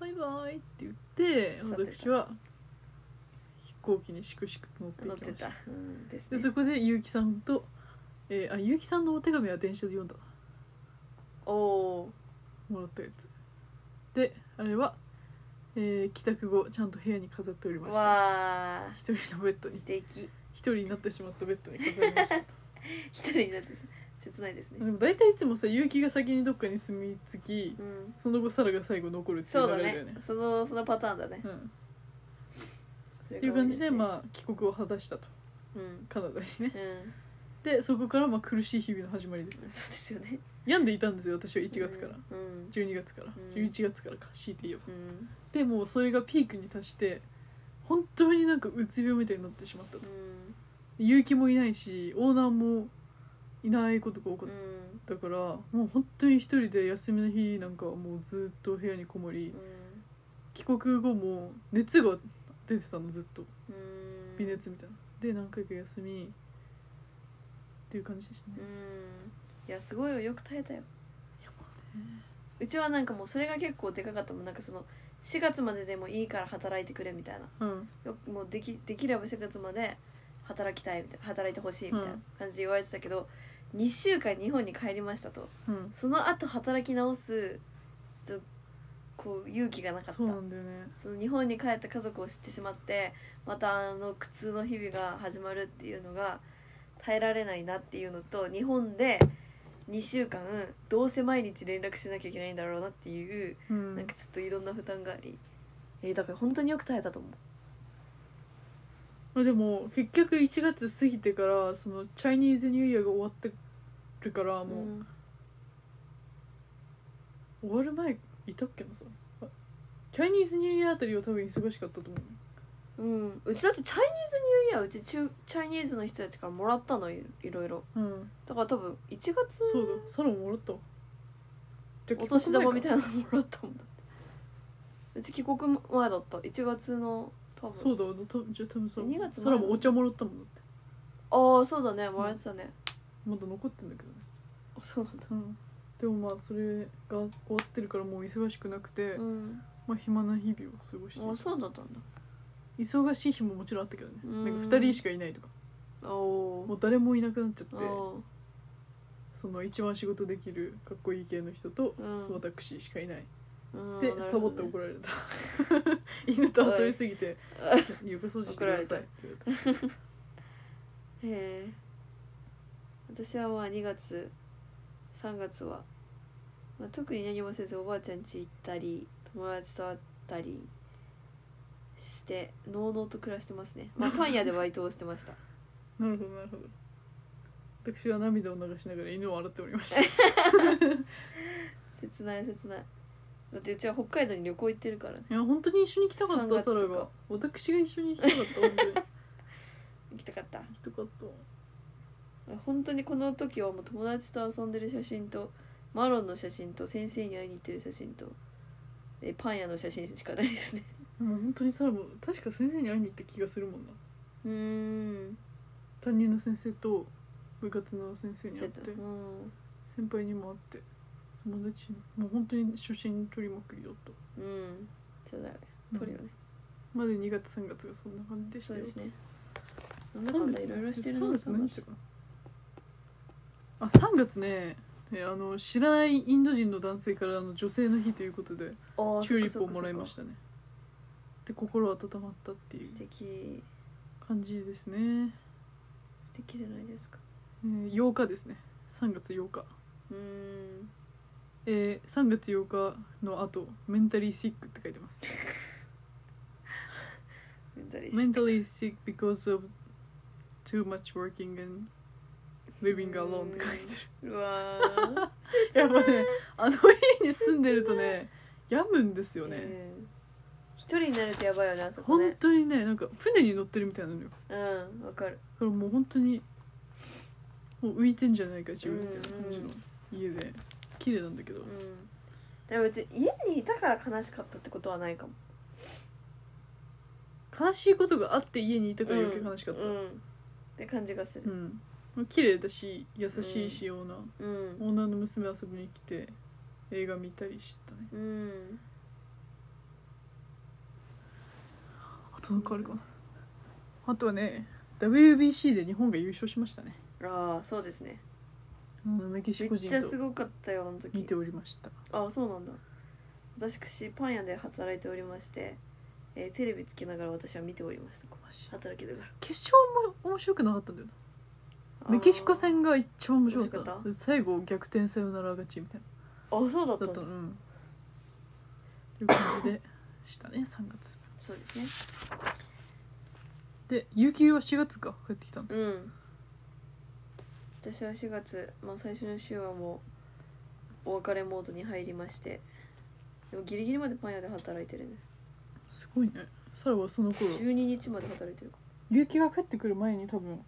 Speaker 1: バイバイって言って
Speaker 2: 去ってた
Speaker 1: 私は飛行機にしくしくと乗ってい
Speaker 2: 乗っ
Speaker 1: きま
Speaker 2: て
Speaker 1: した
Speaker 2: た、うん、です
Speaker 1: で
Speaker 2: ね
Speaker 1: そこで結城さんと、えーあ結城さんのお手紙は電車で読んだ
Speaker 2: おお
Speaker 1: もらったやつであれは、えー帰宅後ちゃんと部屋に飾っておりました
Speaker 2: わあ
Speaker 1: 一人のベッドに
Speaker 2: 素敵
Speaker 1: 一人になってしまったベッドに飾りま
Speaker 2: *laughs*
Speaker 1: した
Speaker 2: 一人になって切ないです
Speaker 1: で
Speaker 2: ね
Speaker 1: も大体いつもさ結城が先にどっかに住み着き
Speaker 2: うん
Speaker 1: その後サラが最後残るってい
Speaker 2: そううだ
Speaker 1: 流れだ
Speaker 2: ね
Speaker 1: よね
Speaker 2: そのそのパターンだね
Speaker 1: うん、
Speaker 2: それ
Speaker 1: ってい
Speaker 2: が
Speaker 1: う
Speaker 2: 多い
Speaker 1: 感
Speaker 2: で
Speaker 1: じ
Speaker 2: す
Speaker 1: で、
Speaker 2: ね
Speaker 1: まあ帰国を果たしたと
Speaker 2: うん
Speaker 1: カナダにね
Speaker 2: うん
Speaker 1: でそこからまあ苦しい日々の始まりです
Speaker 2: そう
Speaker 1: よ
Speaker 2: ですよね
Speaker 1: 病んでいたんですよ私は1月から、
Speaker 2: うん
Speaker 1: 12月から、
Speaker 2: ん
Speaker 1: 11月からか強いて言えば
Speaker 2: うん
Speaker 1: でもうそれがピークに達して本当になんかうつ病みたいになってしまったと
Speaker 2: うん
Speaker 1: 勇気もいないしオーナーもいないことが多か
Speaker 2: う
Speaker 1: っ
Speaker 2: ん
Speaker 1: たからもう本当に一人で休みの日なんかはもうずっと部屋にこもり帰国後も熱が出てたのずっと
Speaker 2: うん
Speaker 1: 微熱みたいなで何回か休みっていう感じでしたね
Speaker 2: うんいやすごいよよく耐えたよ
Speaker 1: いやまあね
Speaker 2: うちはなんかもうそれが結構でかかったもんなんかその4月まででもいいから働いてくれみたいな
Speaker 1: うん
Speaker 2: よもうできできれば4月まで働きたいみたいな働いてほしいみたいな
Speaker 1: うん
Speaker 2: 感じで言われてたけど、2週間日本に帰りましたと
Speaker 1: うん
Speaker 2: その後働き直すちょっとこう勇気がなかった
Speaker 1: そうなんだよね
Speaker 2: その日本に帰った家族を知ってしまってまたあの苦痛の日々が始まるっていうのが耐えられないなっていうのと日本で2週間どうせ毎日連絡しなきゃいけないんだろうなっていう、
Speaker 1: うん
Speaker 2: なんかちょっといろんな負担がありえーだから本当によく耐えたと思う
Speaker 1: まあでも結局1月過ぎてからそのチャイニーズニューイヤーが終わってるからもう、
Speaker 2: うん
Speaker 1: 終わる前いたっけなさあチャイニーズニューイヤーあたりは多分忙しかったと思う
Speaker 2: うん、うちだってチャイニーズニューイヤーうち中チャイニーズの人たちからもらったのいいろいろ
Speaker 1: うん
Speaker 2: だから多分1月
Speaker 1: そうだサロンもらったわじゃあ
Speaker 2: お年玉みたい
Speaker 1: 帰
Speaker 2: なのもらったもんだってうち帰国前だった1月の多
Speaker 1: 国前
Speaker 2: 分
Speaker 1: かそうだわたじゃあ多分サロ
Speaker 2: 2
Speaker 1: ン
Speaker 2: 月前
Speaker 1: サロンもお茶もらったもんだって
Speaker 2: ああそうだねもらえてたね、
Speaker 1: まだ残ってんだけどね
Speaker 2: あそうなんだ
Speaker 1: うんでもまあそれが終わってるからもう忙しくなくて、
Speaker 2: うん
Speaker 1: まあ暇な日々を過ごして
Speaker 2: あそうだったんだ
Speaker 1: 忙しい日ももちろんあったけどね
Speaker 2: うん
Speaker 1: なんか2人しかいないとか
Speaker 2: おお
Speaker 1: もう誰もいなくなっちゃって
Speaker 2: ー
Speaker 1: その一番仕事できるかっこいい系の人と、
Speaker 2: うん
Speaker 1: そう私しかいない
Speaker 2: うん
Speaker 1: で、
Speaker 2: なる
Speaker 1: サボ
Speaker 2: ほ
Speaker 1: って
Speaker 2: どね
Speaker 1: 怒られた *laughs* 犬と遊びすぎて「床掃除してください」って言われた
Speaker 2: へえ私はまあ2月3月は、まあ、特に何もせずおばあちゃん家行ったり友達と会ったりしてのうのうと暮らしてますね、まあ、パン屋でバイトをしてました
Speaker 1: なるほどなるほど私は涙を流しながら犬を洗っておりま
Speaker 2: *laughs*
Speaker 1: した
Speaker 2: 切ない切ないだってうちは北海道に旅行行ってるからね
Speaker 1: いや本当に一緒に行きたかっ
Speaker 2: 3
Speaker 1: た
Speaker 2: 月と
Speaker 1: サ
Speaker 2: か
Speaker 1: ラが私が一緒に行きたか
Speaker 2: *laughs*
Speaker 1: った本当に行
Speaker 2: 行きたかった
Speaker 1: きたかった
Speaker 2: 本当にこの時はもう友達と遊んでる写真とマロンの写真と先生に会いに行ってる写真とえパン屋の写真しかないですね
Speaker 1: でも本当にサラも確か先生に会いに行った気がするもんな
Speaker 2: うーん
Speaker 1: 担任の先生と部活の先生に
Speaker 2: そう
Speaker 1: 会っ
Speaker 2: やってたうん
Speaker 1: 先輩にも会って友達にもう本当に初心取りまくりだった
Speaker 2: うんそうだよね取るよね、
Speaker 1: まで2月3月がそんな感じでした
Speaker 2: そう
Speaker 1: よ
Speaker 2: ですねなんだか
Speaker 1: 3
Speaker 2: ん
Speaker 1: 月
Speaker 2: だいろいろしてる
Speaker 1: 3
Speaker 2: な
Speaker 1: 月
Speaker 2: そ
Speaker 1: 何
Speaker 2: の
Speaker 1: してたかなあ3月ねえあの知らないインド人の男性からあの女性の日ということで
Speaker 2: あー
Speaker 1: チューリッ
Speaker 2: そ
Speaker 1: プを
Speaker 2: っかそ
Speaker 1: も
Speaker 2: っか
Speaker 1: らいましたねで心温まったっていう
Speaker 2: 素敵
Speaker 1: 感じですね、
Speaker 2: 素敵じゃないですか
Speaker 1: えー8日ですね3月8日
Speaker 2: うーん
Speaker 1: えー、3月8日の後メンタリーシックって書いてます
Speaker 2: メンタリスト
Speaker 1: メンタリーシック because of too much working and living alone って書いてる
Speaker 2: うわ
Speaker 1: *laughs*
Speaker 2: ー
Speaker 1: やっぱねあの家に住んでるとね病むんですよね、
Speaker 2: うん一人になるとやばいよねあそこ
Speaker 1: 本
Speaker 2: ね
Speaker 1: 当にねなんか船に乗ってるみたいなのよだ
Speaker 2: うんわかる
Speaker 1: からもう本当にもう浮いてんじゃないか自分みたいな感じ
Speaker 2: うん
Speaker 1: の家で綺麗なんだけど、
Speaker 2: うんでもうち家にいたから悲しかったってことはないかも
Speaker 1: 悲しいことがあって家にいたから余計悲しかった、
Speaker 2: うんって感じがす
Speaker 1: う
Speaker 2: る
Speaker 1: んまあ綺麗だし優しいしオーナー
Speaker 2: うん
Speaker 1: オーナーの娘遊びに来て映画見たりしてたね
Speaker 2: うん
Speaker 1: あとなんかあるかなあとはね WBC で日本が優勝しましたね
Speaker 2: ああそうですね
Speaker 1: うんメキ
Speaker 2: め
Speaker 1: シコ
Speaker 2: っ
Speaker 1: 人
Speaker 2: ちゃす
Speaker 1: と
Speaker 2: ごかったよあの
Speaker 1: 見
Speaker 2: 時
Speaker 1: ておりました
Speaker 2: ああそうなんだ私パン屋で働いておりまして、えーテレビつけながら私は見ておりました
Speaker 1: マジ
Speaker 2: 働きながら
Speaker 1: 決勝も面白くなかったんだよ
Speaker 2: あ
Speaker 1: な
Speaker 2: ー
Speaker 1: メキシコ戦が一番面白かった
Speaker 2: 面白か
Speaker 1: 最後逆転サヨナラ勝ちみたい
Speaker 2: あそうだっ
Speaker 1: なだ
Speaker 2: た
Speaker 1: った
Speaker 2: んだ
Speaker 1: のうんという感じでしたね3月
Speaker 2: そうですね
Speaker 1: で有給は4月か帰ってきたの
Speaker 2: うん私は4月、まあ、最初の週はもうお別れモードに入りましてでもギリギリまでパン屋で働いてるね
Speaker 1: すごいねサラはその頃
Speaker 2: 12日まで働いてるか
Speaker 1: 有給が帰ってくる前に多分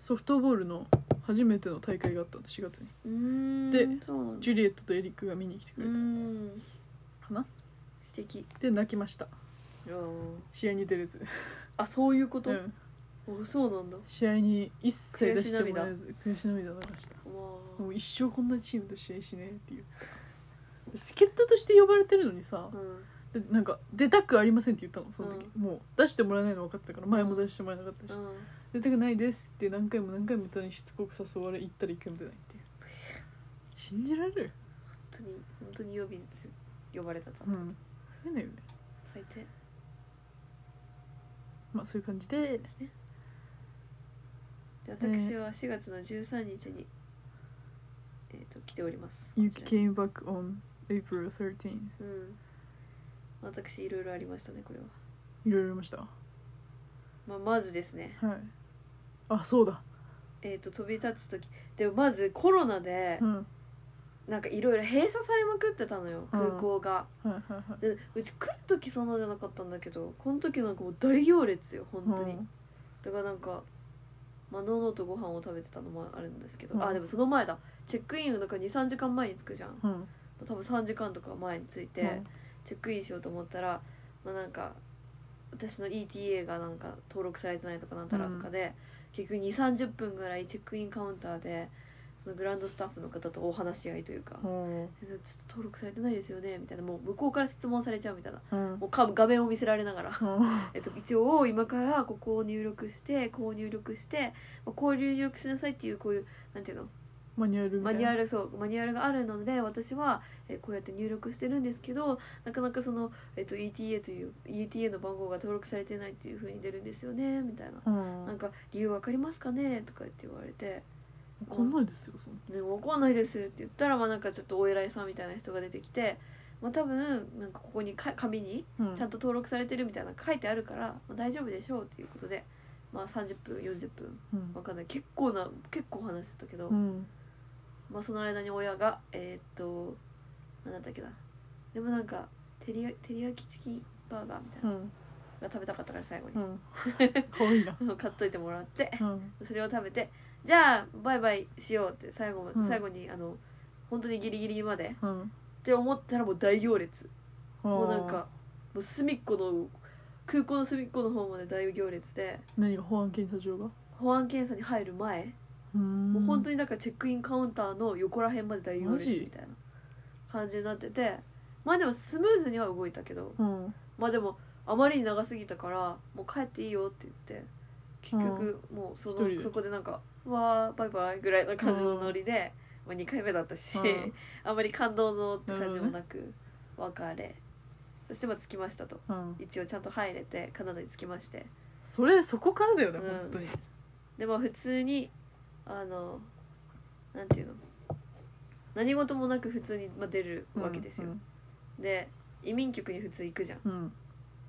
Speaker 1: ソフトボールの初めての大会があったの4月に
Speaker 2: うーん
Speaker 1: で
Speaker 2: そうなんだ
Speaker 1: ジュリエットとエリックが見に来てく
Speaker 2: う
Speaker 1: れ
Speaker 2: ー
Speaker 1: た
Speaker 2: ん
Speaker 1: かな
Speaker 2: 素敵
Speaker 1: で泣きました
Speaker 2: あー
Speaker 1: 試合に出れず、
Speaker 2: あそういうこと、
Speaker 1: うん、
Speaker 2: おそうなんだわ
Speaker 1: 試合に一切出してもらえず悔し涙を流した
Speaker 2: あ
Speaker 1: もう一生こんなチームと試合しねえって言った助っ人として呼ばれてるのにさ
Speaker 2: うん
Speaker 1: でなんか出たくありませんって言ったのその時、もう出してもらえないの分かったから前も出してもらえなかったし、
Speaker 2: うん
Speaker 1: 出たくないですって何回も何回も言ったのにしつこく誘われ行ったら行くんじゃないっていう信じられる
Speaker 2: 本当に本当に予備つ呼ばれたと、
Speaker 1: うん変だよね
Speaker 2: 最低
Speaker 1: まあそういう感じ
Speaker 2: そう
Speaker 1: で
Speaker 2: ですねで私は4月の13日に、えー、と来ております
Speaker 1: 「You
Speaker 2: こちら
Speaker 1: came back on April 13th
Speaker 2: うん私いろいろありましたねこれは、」
Speaker 1: いろいろありました
Speaker 2: まあ、まずですね
Speaker 1: はいあそうだ
Speaker 2: えっ、と飛び立つ時でもまずコロナで
Speaker 1: うんはい
Speaker 2: なんかいろいろ閉鎖されまくってたのよ空港が、
Speaker 1: はいは
Speaker 2: でうち来る時そんなじゃなかったんだけどこの時なんかもう大行列よ本
Speaker 1: い
Speaker 2: 当に、
Speaker 1: うん
Speaker 2: だからなんかまあののとご飯を食べてたのもあるんですけど、
Speaker 1: うん
Speaker 2: あでもその前だチェックインだから23時間前に着くじゃん
Speaker 1: うん
Speaker 2: 多分3時間とか前に着いて、
Speaker 1: うん
Speaker 2: チェックインしようと思ったら、まあ、なんか私の ETA がなんか登録されてないとかなんたらとかで、結局2 3 0分ぐらいチェックインカウンターでそのグランドスタッフの方とお話し合いというか「
Speaker 1: うん
Speaker 2: えちょっと登録されてないですよね」みたいなもう向こうから質問されちゃうみたいな
Speaker 1: うん
Speaker 2: もうか画面を見せられながら *laughs*
Speaker 1: うん
Speaker 2: えっと、一応今からここを入力してこう入力して、まあ、こう入力しなさいっていうこういうなんていうの
Speaker 1: マニュアルみた
Speaker 2: マ
Speaker 1: いな
Speaker 2: ニュアルそうマニュアルがあるので私はえーこうやって入力してるんですけどなかなかその、えっと、ETA という ETA の番号が登録されてないっていうふうに出るんですよねみたいな。
Speaker 1: うん
Speaker 2: なんか理由わかりますかねとかって言われて
Speaker 1: こんないですよそんな
Speaker 2: 「ね、わかんないです」って言ったらまあなんかちょっとお偉いさんみたいな人が出てきて、まあ、多分なんかここにか紙に
Speaker 1: うん
Speaker 2: ちゃんと登録されてるみたいなの書いてあるから、まあ、大丈夫でしょうっていうことで、まあ、30分40分
Speaker 1: うん
Speaker 2: わかんない結構な結構話してたけど、
Speaker 1: うん
Speaker 2: まあ、その間に親がえーっと何だったっけなでもなんか照りや照り焼きチキンバーガーみたいな
Speaker 1: う
Speaker 2: の
Speaker 1: ん
Speaker 2: が食べたかったから最後に
Speaker 1: う、んかわいいな
Speaker 2: 買っといてもらって
Speaker 1: うん
Speaker 2: それを食べてじゃあバイバイしようって最後ま、
Speaker 1: うん
Speaker 2: 最後にあの本当にギリギリまでっ
Speaker 1: うん
Speaker 2: て思ったらもう大行列もうなん
Speaker 1: あー
Speaker 2: かもう隅っこの空港の隅っこの方まで大行列で。
Speaker 1: 何が保安検査場が
Speaker 2: 保安検査に入る前、
Speaker 1: も
Speaker 2: もう本当
Speaker 1: に
Speaker 2: になんかチェックインカウンターの横ら辺まで大行列みたいな感じになっててまあでもスムーズには動いたけど
Speaker 1: うん
Speaker 2: まあでもあまりに長すぎたからもう帰っていいよって言って結局もうその、
Speaker 1: 一人で
Speaker 2: そこでなんか「わーバイバイ」ぐらいな感じのノリで、まあ、2回目だったし、
Speaker 1: うん
Speaker 2: あまり感動のって感じもなく別れそしてまあ着きましたと
Speaker 1: うん
Speaker 2: 一応ちゃんと入れてカナダに着きまして
Speaker 1: それそこからだよね
Speaker 2: うん
Speaker 1: 本当に
Speaker 2: でも普通にあのなんていうの何事もなく普通に、まあ、出るわけですよ、で移民局に普通行くじゃん
Speaker 1: うんうん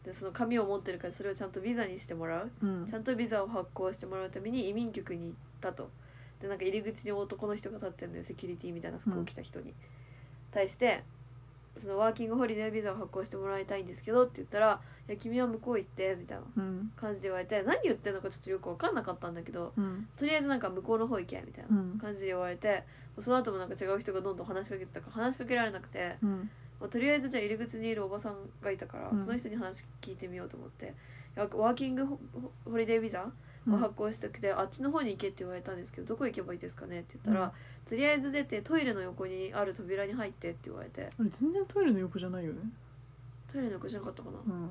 Speaker 2: でその紙を持ってるからそれをちゃんとビザにしてもらう
Speaker 1: うん
Speaker 2: ちゃんとビザを発行してもらうために移民局に行ったとでなんか入り口に男の人が立ってるのよセキュリティみたいな服を着た人に、対してそのワーキングホリデービザを発行してもらいたいんですけどって言ったら「いや君は向こう行って」みたいな
Speaker 1: うん
Speaker 2: 感じで言われて何言ってんのかちょっとよく分かんなかったんだけど
Speaker 1: うん
Speaker 2: とりあえずなんか向こうの方行けみたい
Speaker 1: うんう
Speaker 2: なん感じで言われてその後もなんか違う人がどんどん話しかけてたから話しかけられなくて
Speaker 1: うん
Speaker 2: まあ、とりあえずじゃあ入り口にいるおばさんがいたから、
Speaker 1: うん
Speaker 2: その人に話聞いてみようと思っていやワーキングホホホリデービザ
Speaker 1: う
Speaker 2: を
Speaker 1: ん
Speaker 2: 発行したくて、あっちの方に行けって言われたんですけどどこ行けばいいですかねって言った
Speaker 1: う
Speaker 2: ら、
Speaker 1: ん
Speaker 2: とりあえず出てトイレの横にある扉に入ってって言われて
Speaker 1: あれ全然トイレの横じゃないよね、
Speaker 2: トイレの横じゃなかったかな、
Speaker 1: うん、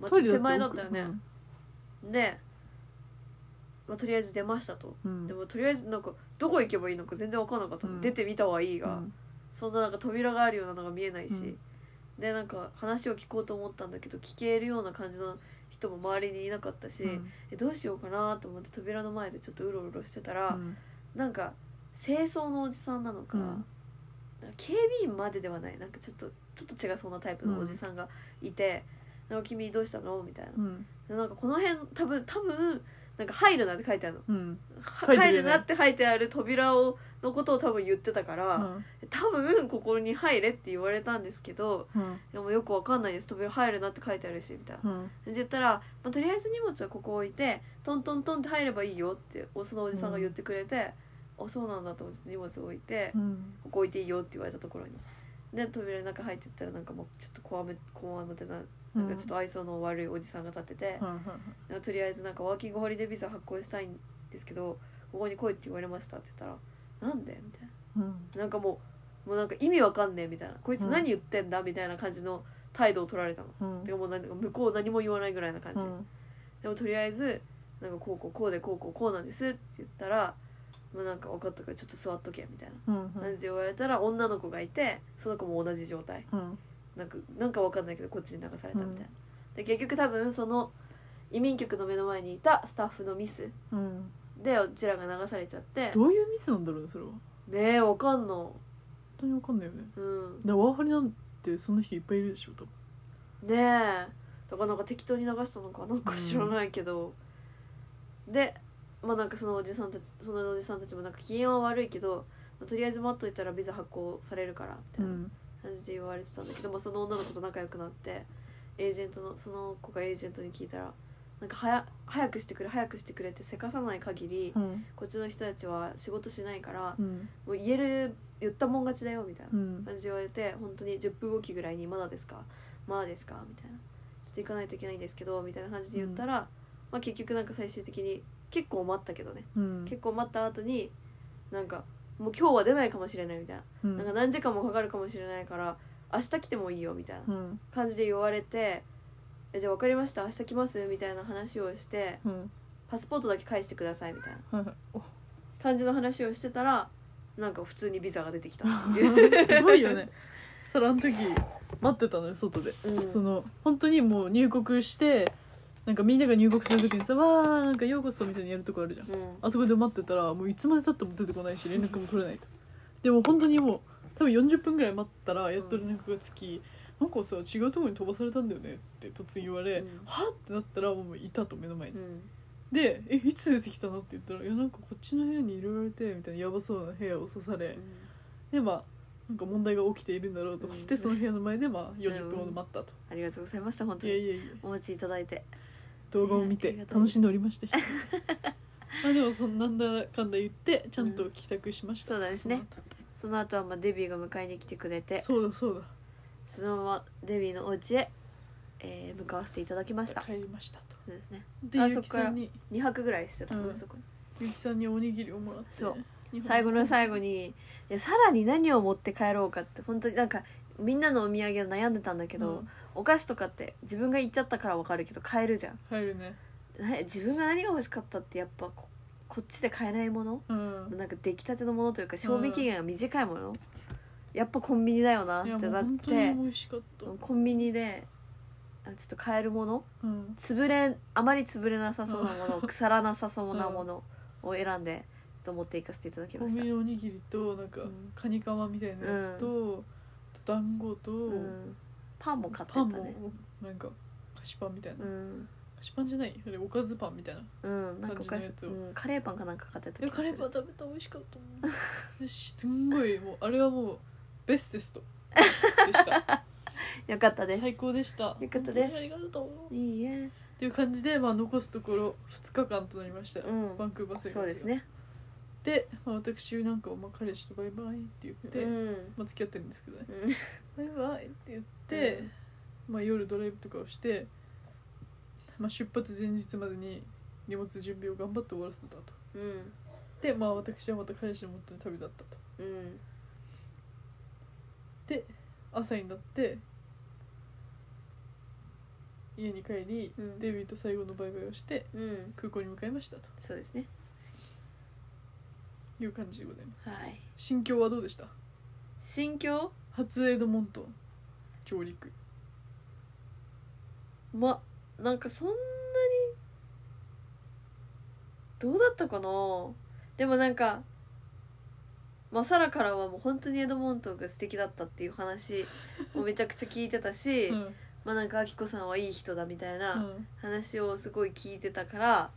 Speaker 2: まあ、ち
Speaker 1: ト
Speaker 2: ょ
Speaker 1: イレ
Speaker 2: っ
Speaker 1: って
Speaker 2: と手前だったよね、
Speaker 1: 奥
Speaker 2: で、まあ、とりあえず出ましたと。
Speaker 1: うんうん
Speaker 2: でもとりあえずなんかどこ行けばいいのか全然分かんなかったの、
Speaker 1: うん
Speaker 2: 出てみたはいいうが、
Speaker 1: ん
Speaker 2: そんななんか扉があるようなのが見えないし、
Speaker 1: うん
Speaker 2: でなんか話を聞こうと思ったんだけど聞けるような感じの人も周りにいなかったし、
Speaker 1: うん
Speaker 2: えどうしようかなと思って扉の前でちょっとうろうろしてたら、
Speaker 1: うん
Speaker 2: なんか清掃のおじさんなのか,、
Speaker 1: うん
Speaker 2: なんか警備員までではないなんかちょっとちょっと違うそんなタイプのおじさんがいて「なんか君どうしたの?」みたいな
Speaker 1: うん
Speaker 2: でなんかこの辺多分多分なんか入るなって書いてある
Speaker 1: う
Speaker 2: の。
Speaker 1: ん
Speaker 2: は
Speaker 1: 書いて
Speaker 2: 入
Speaker 1: るよね
Speaker 2: るなって書いてある扉をのことを多分言ってたから、多分ここに入れって言われたんですけど
Speaker 1: うん
Speaker 2: でもよくわかんないです扉入るなって書いてあるしみたいな。
Speaker 1: うん
Speaker 2: で言ったら、まあ、とりあえず荷物はここ置いてトントントンって入ればいいよっておそのおじさんが言ってくれて、あそうなんだと思って荷物置いて、
Speaker 1: うん
Speaker 2: ここ置いていいよって言われたところに。で扉の中入ってったらなんかもうちょっとこわめこわもてななんかちょっと愛想の悪いおじさんが立ってて、
Speaker 1: うんうん
Speaker 2: なんかとりあえずなんかワーキングホリデービザ発行したいんですけどここに来いって言われましたって言ったら「なんで?」みたい
Speaker 1: うん
Speaker 2: ななんかもうもうなんか意味わかんねえみたいなこいつ何言ってんだみたいな感じの態度を取られたの、
Speaker 1: うん
Speaker 2: てかもうなんか向こう何も言わないぐらいな感じ、
Speaker 1: うん
Speaker 2: でもとりあえず「なんかこうこうこうでこうこうこうなんです」って言ったら「まあ、なんか分かったからちょっと座っとけ」みたいな
Speaker 1: うん
Speaker 2: 感じで言われたら女の子がいてその子も同じ状態
Speaker 1: うん
Speaker 2: なんかなんかわかんないけどこっちに流されたみたいな、で結局多分その移民局の目の前にいたスタッフのミス
Speaker 1: うん
Speaker 2: でうちらが流されちゃって
Speaker 1: どういうミスなんだろうねそれは本
Speaker 2: ねえわかんの
Speaker 1: 当にわかんないよね
Speaker 2: うん
Speaker 1: でワーホリなんてそんな人いっぱいいるでしょ多分
Speaker 2: ねえだからなんか適当に流したのかなんか知らないけど、でまあなんかそのおじさんたちそのおじさんたちもなんか機嫌は悪いけど、まあとりあえず待っといたらビザ発行されるからみたいな感じで言われてたんだけど、まあ、その女の子と仲良くなってエージェントのその子がエージェントに聞いたらなんかはや早くしてくれ早くしてくれってせかさない限り、
Speaker 1: うん
Speaker 2: こっちの人たちは仕事しないから、
Speaker 1: うん
Speaker 2: もう言える言ったもん勝ちだよみたいな
Speaker 1: うん
Speaker 2: 感じで言われて本当に10分おきぐらいに「まだですかまだですか?」みたいな「ちょっと行かないといけないんですけど」みたいな感じで言ったら、まあ、結局なんか最終的に結構待ったけどね
Speaker 1: うん
Speaker 2: 結構待った後になんか「もう今日は出ないかもしれない」みたいな,、
Speaker 1: うん
Speaker 2: なんか何時間もかかるかもしれないから明日来てもいいよみたいな
Speaker 1: うん
Speaker 2: 感じで言われて「えじゃあ分かりました明日来ます」みたいな話をして
Speaker 1: うん
Speaker 2: 「パスポートだけ返してください」みたいな
Speaker 1: はいはいお
Speaker 2: 感じの話をしてたらなんか普通にビザが出
Speaker 1: *laughs*
Speaker 2: てきたっていう。
Speaker 1: すごいよねそれあの時待ってたのよ外で、
Speaker 2: うん
Speaker 1: その本当にもう入国してなんかみんなが入国する時にさ「わーなんかようこそ」みたいにやるとこあるじゃん
Speaker 2: うん
Speaker 1: あそこで待ってたらもういつまでたっても出てこないし連絡も取れないとでも本当にもう多分40分ぐらい待ったらやっと連絡がつき、なんかさ違うところに飛ばされたんだよねって突然言われ、
Speaker 2: うん
Speaker 1: はってなったらもういたと目の前に、
Speaker 2: うん
Speaker 1: で「えいつ出てきたの?」って言ったら「いやなんかこっちの部屋に入れられて」みたいなやばそうな部屋を刺され、でまあなんか問題が起きているんだろうと思って、
Speaker 2: うん
Speaker 1: その部屋の前でまあ40分ほど待ったと、
Speaker 2: ありがとうございました本当
Speaker 1: いや
Speaker 2: に
Speaker 1: いやいや
Speaker 2: お待ちいただいて
Speaker 1: 動画を見
Speaker 2: い
Speaker 1: て
Speaker 2: やありがたい
Speaker 1: 楽しんでおりま
Speaker 2: *laughs*
Speaker 1: したまあでもそんなんだかんだ言ってちゃんと帰宅しました、
Speaker 2: うんそうですねその後はまあデビーが迎えに来てくれて
Speaker 1: そうだそう
Speaker 2: そのままデビーのお家へ、えー向かわせていただきました
Speaker 1: だ帰りましたと
Speaker 2: そうですね
Speaker 1: で
Speaker 2: あ
Speaker 1: ゆきさんに
Speaker 2: 2泊ぐらいしてたの、
Speaker 1: うん
Speaker 2: そこに
Speaker 1: ゆきさんにおにぎりをもらって
Speaker 2: そう
Speaker 1: 日本
Speaker 2: 最後の最後にいやさらに何を持って帰ろうかって本当になんかみんなのお土産を悩んでたんだけど、
Speaker 1: うん
Speaker 2: お菓子とかって自分が行っちゃったから分かるけど買えるじゃん
Speaker 1: 帰るね
Speaker 2: な自分が何が欲しかったってやっぱここっちで買えないもの
Speaker 1: うん
Speaker 2: なんか出来たてのものというか賞味期限が短いもの、やっぱコンビニだよなっ
Speaker 1: い
Speaker 2: て
Speaker 1: やもう
Speaker 2: なっ
Speaker 1: 本当に
Speaker 2: て
Speaker 1: 美味しかった、
Speaker 2: コンビニであちょっと買えるもの
Speaker 1: うん、
Speaker 2: 潰れあまり潰れなさそうな
Speaker 1: *laughs*
Speaker 2: もの腐らなさそうなものを選んでちょっと持っていかせていただき
Speaker 1: コ
Speaker 2: ま
Speaker 1: ン
Speaker 2: した
Speaker 1: ビニのおにぎりとなんか、
Speaker 2: うん
Speaker 1: カニカマみたいなやつと、団子と、
Speaker 2: うんパンも買って
Speaker 1: パ
Speaker 2: た
Speaker 1: ンも
Speaker 2: ね
Speaker 1: なんか菓子パンみたいな、
Speaker 2: うん、
Speaker 1: 菓子パンじゃないあれおかずパンみたいな
Speaker 2: うん、なんかお菓
Speaker 1: 感じの
Speaker 2: 子
Speaker 1: やつを
Speaker 2: うん、カレーパンかなんか買ってた
Speaker 1: いやカレーパン食べた美味しかった
Speaker 2: *laughs*
Speaker 1: もんすんごいもうあれはもうベステストでした
Speaker 2: よかったです
Speaker 1: 最高でした
Speaker 2: よかった
Speaker 1: 本当
Speaker 2: です
Speaker 1: にありがとうっ
Speaker 2: いいえ
Speaker 1: ていう感じで、まあ、残すところ2日間となりましたよ、
Speaker 2: うん
Speaker 1: バンクーバー生活が
Speaker 2: そうですね
Speaker 1: で、まあ、私なんかはまあ彼氏とバイバイって言って、
Speaker 2: うん
Speaker 1: まあ、付き合ってるんですけどね
Speaker 2: うん
Speaker 1: バイバイって言って、まあ、夜ドライブとかをして、まあ、出発前日までに荷物準備を頑張って終わらせたと
Speaker 2: うん
Speaker 1: でまあ私はまた彼氏のもとに旅立ったと
Speaker 2: うん
Speaker 1: で朝になって家に帰り、
Speaker 2: うん
Speaker 1: デビューと最後のバイバイをして
Speaker 2: うん
Speaker 1: 空港に向かいましたと
Speaker 2: そうですね
Speaker 1: いう感じでございます
Speaker 2: はい
Speaker 1: 心境はどうでした
Speaker 2: 心境
Speaker 1: 初エドモントン上陸
Speaker 2: まなんかそんなにどうだったかなでもなんかまあ、サラからはもう本当にエドモントンが素敵だったっていう話をめちゃくちゃ聞いてた *laughs* し、
Speaker 1: うんうん
Speaker 2: まあなんかアキコさんはいい人だみたいな話をすごい聞いてたから、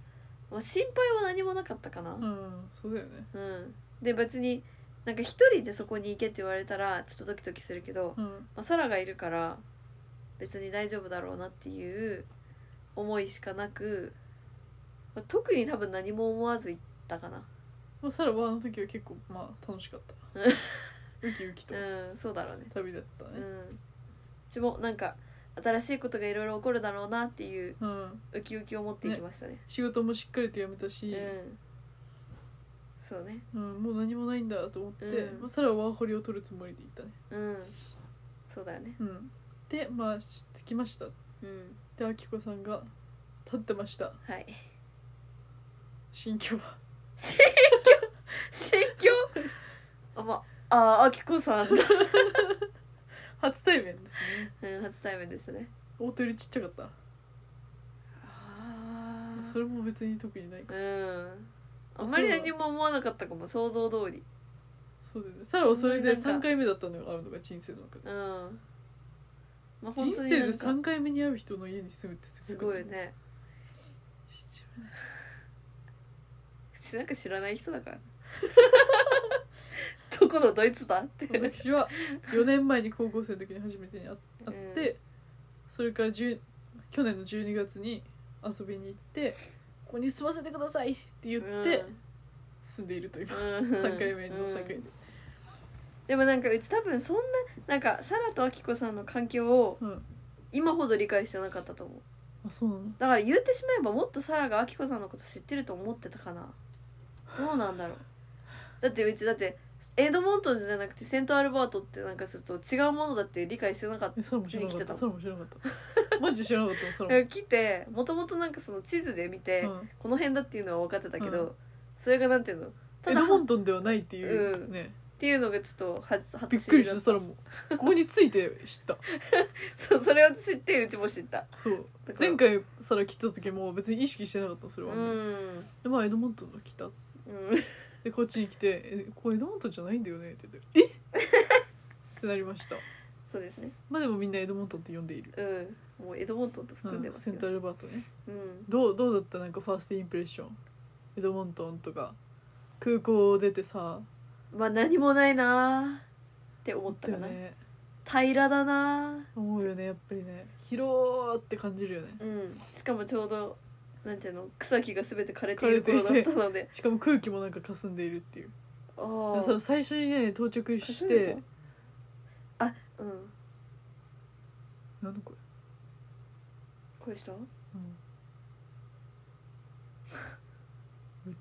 Speaker 2: まあ、心配は何もなかったかな、
Speaker 1: うんそうだよね
Speaker 2: うん、で別になんか一人でそこに行けって言われたらちょっとドキドキするけど、
Speaker 1: うん
Speaker 2: まあ、サラがいるから別に大丈夫だろうなっていう思いしかなく、まあ、特に多分何も思わず行ったかな
Speaker 1: まあサラはあの時は結構まあ楽しか
Speaker 2: *laughs*
Speaker 1: った
Speaker 2: うん
Speaker 1: ウキウキと
Speaker 2: うんそうだろうね
Speaker 1: 旅だった
Speaker 2: う
Speaker 1: ね
Speaker 2: んうちもなんか新しいことがいろいろ起こるだろうなっていう
Speaker 1: うん
Speaker 2: ウキウキを持っていきましたね
Speaker 1: 仕事もしっかりと辞めたし、
Speaker 2: うんそうね
Speaker 1: うん、もう何もないんだと思って、
Speaker 2: うん
Speaker 1: まあ、サラはワーホリを取るつもりでいたね、
Speaker 2: うんそうだよね
Speaker 1: うん、でまあし着きました
Speaker 2: うん
Speaker 1: であきこさんが立ってました
Speaker 2: *laughs* はい
Speaker 1: 心境は
Speaker 2: 心境心境あまああきこさんだ、
Speaker 1: 初対面ですね
Speaker 2: うん、初対面ですね
Speaker 1: 大手よりちっちゃかった
Speaker 2: ああ
Speaker 1: それも別に特にないか
Speaker 2: うんあんまり何も思わなかったかも想像通り
Speaker 1: そうだよねサラはそれで
Speaker 2: なんか
Speaker 1: 3回目だったのよ会うのが人生の中で
Speaker 2: うんまあ本
Speaker 1: 人
Speaker 2: 当
Speaker 1: 生
Speaker 2: にな
Speaker 1: で
Speaker 2: んか
Speaker 1: 3回目に会う人の家に住むってす
Speaker 2: す
Speaker 1: ご
Speaker 2: ご
Speaker 1: く
Speaker 2: い
Speaker 1: な
Speaker 2: よね
Speaker 1: 信じられない
Speaker 2: なんか知らない人だから *laughs* どこのドイツだって
Speaker 1: 私
Speaker 2: *laughs*
Speaker 1: は4年前に高校生の時に初めてに会っ
Speaker 2: う
Speaker 1: 会
Speaker 2: ん
Speaker 1: って、それから10去年の12月に遊びに行って「ここに住ませてください」って言って住んでいると今、3
Speaker 2: 3
Speaker 1: 回目の3回で、
Speaker 2: でもなんかうち多分そんななんかサラとアキコさんの環境を
Speaker 1: うん
Speaker 2: 今ほど理解してなかったと思う
Speaker 1: あそうなの
Speaker 2: だから言ってしまえばもっとサラがアキコさんのこと知ってると思ってたかなどうなんだろうだってうちだってエドモントンじゃなくてセントアルバートってなんかちょっと違うものだって理解してなかっ
Speaker 1: えそれも知らなかっ
Speaker 2: うちに来てた
Speaker 1: たそれも知らなかったマジで知らなかったそれ
Speaker 2: *laughs* た来てもともとなんかその地図で見て、
Speaker 1: も、うん、
Speaker 2: この辺だっていうのは分かってたけど、
Speaker 1: うん
Speaker 2: それがなんていうのた
Speaker 1: エ
Speaker 2: だ
Speaker 1: ドモ
Speaker 2: っ
Speaker 1: ントンではないっていう、
Speaker 2: うん
Speaker 1: ね
Speaker 2: ていうのがちょっと初初
Speaker 1: びっくりし
Speaker 2: 知
Speaker 1: た
Speaker 2: り
Speaker 1: そ
Speaker 2: だ
Speaker 1: れもここについて知った
Speaker 2: そうそれを知ってうちも知った
Speaker 1: そう
Speaker 2: だから
Speaker 1: 前回サラ来た時も別に意識してなかったそれ
Speaker 2: う
Speaker 1: は、
Speaker 2: ん、うん、
Speaker 1: でまあエドモントンが来たでこっちに来て「えここエドモントンじゃないんだよね」って言って「え *laughs* っ!」ってなりました
Speaker 2: そうですね
Speaker 1: まあでもみんなエドモントンって呼んでいる、
Speaker 2: うんもうエドモントン
Speaker 1: う
Speaker 2: と含んで
Speaker 1: ん、
Speaker 2: ます
Speaker 1: セ
Speaker 2: よ
Speaker 1: ン、トアルバートね
Speaker 2: うん
Speaker 1: どうどうだったなんかファーストインプレッションエドモントンとか空港を出てさ
Speaker 2: まあ何もないなーって思ったかな、
Speaker 1: だよね
Speaker 2: 平らだな
Speaker 1: 思うよねやっぱりね広ーって感じるよね
Speaker 2: ーうんしかもちょうどなんていうの草木が全て枯れている頃
Speaker 1: 枯
Speaker 2: だっ
Speaker 1: れ
Speaker 2: た
Speaker 1: て
Speaker 2: ので
Speaker 1: しかも空気もなんか霞んでいるっていう
Speaker 2: あ
Speaker 1: だから
Speaker 2: あ
Speaker 1: その最初にね到着
Speaker 2: か
Speaker 1: し
Speaker 2: すんで
Speaker 1: て
Speaker 2: たあうん
Speaker 1: 何の声、
Speaker 2: 声した
Speaker 1: うん、めっ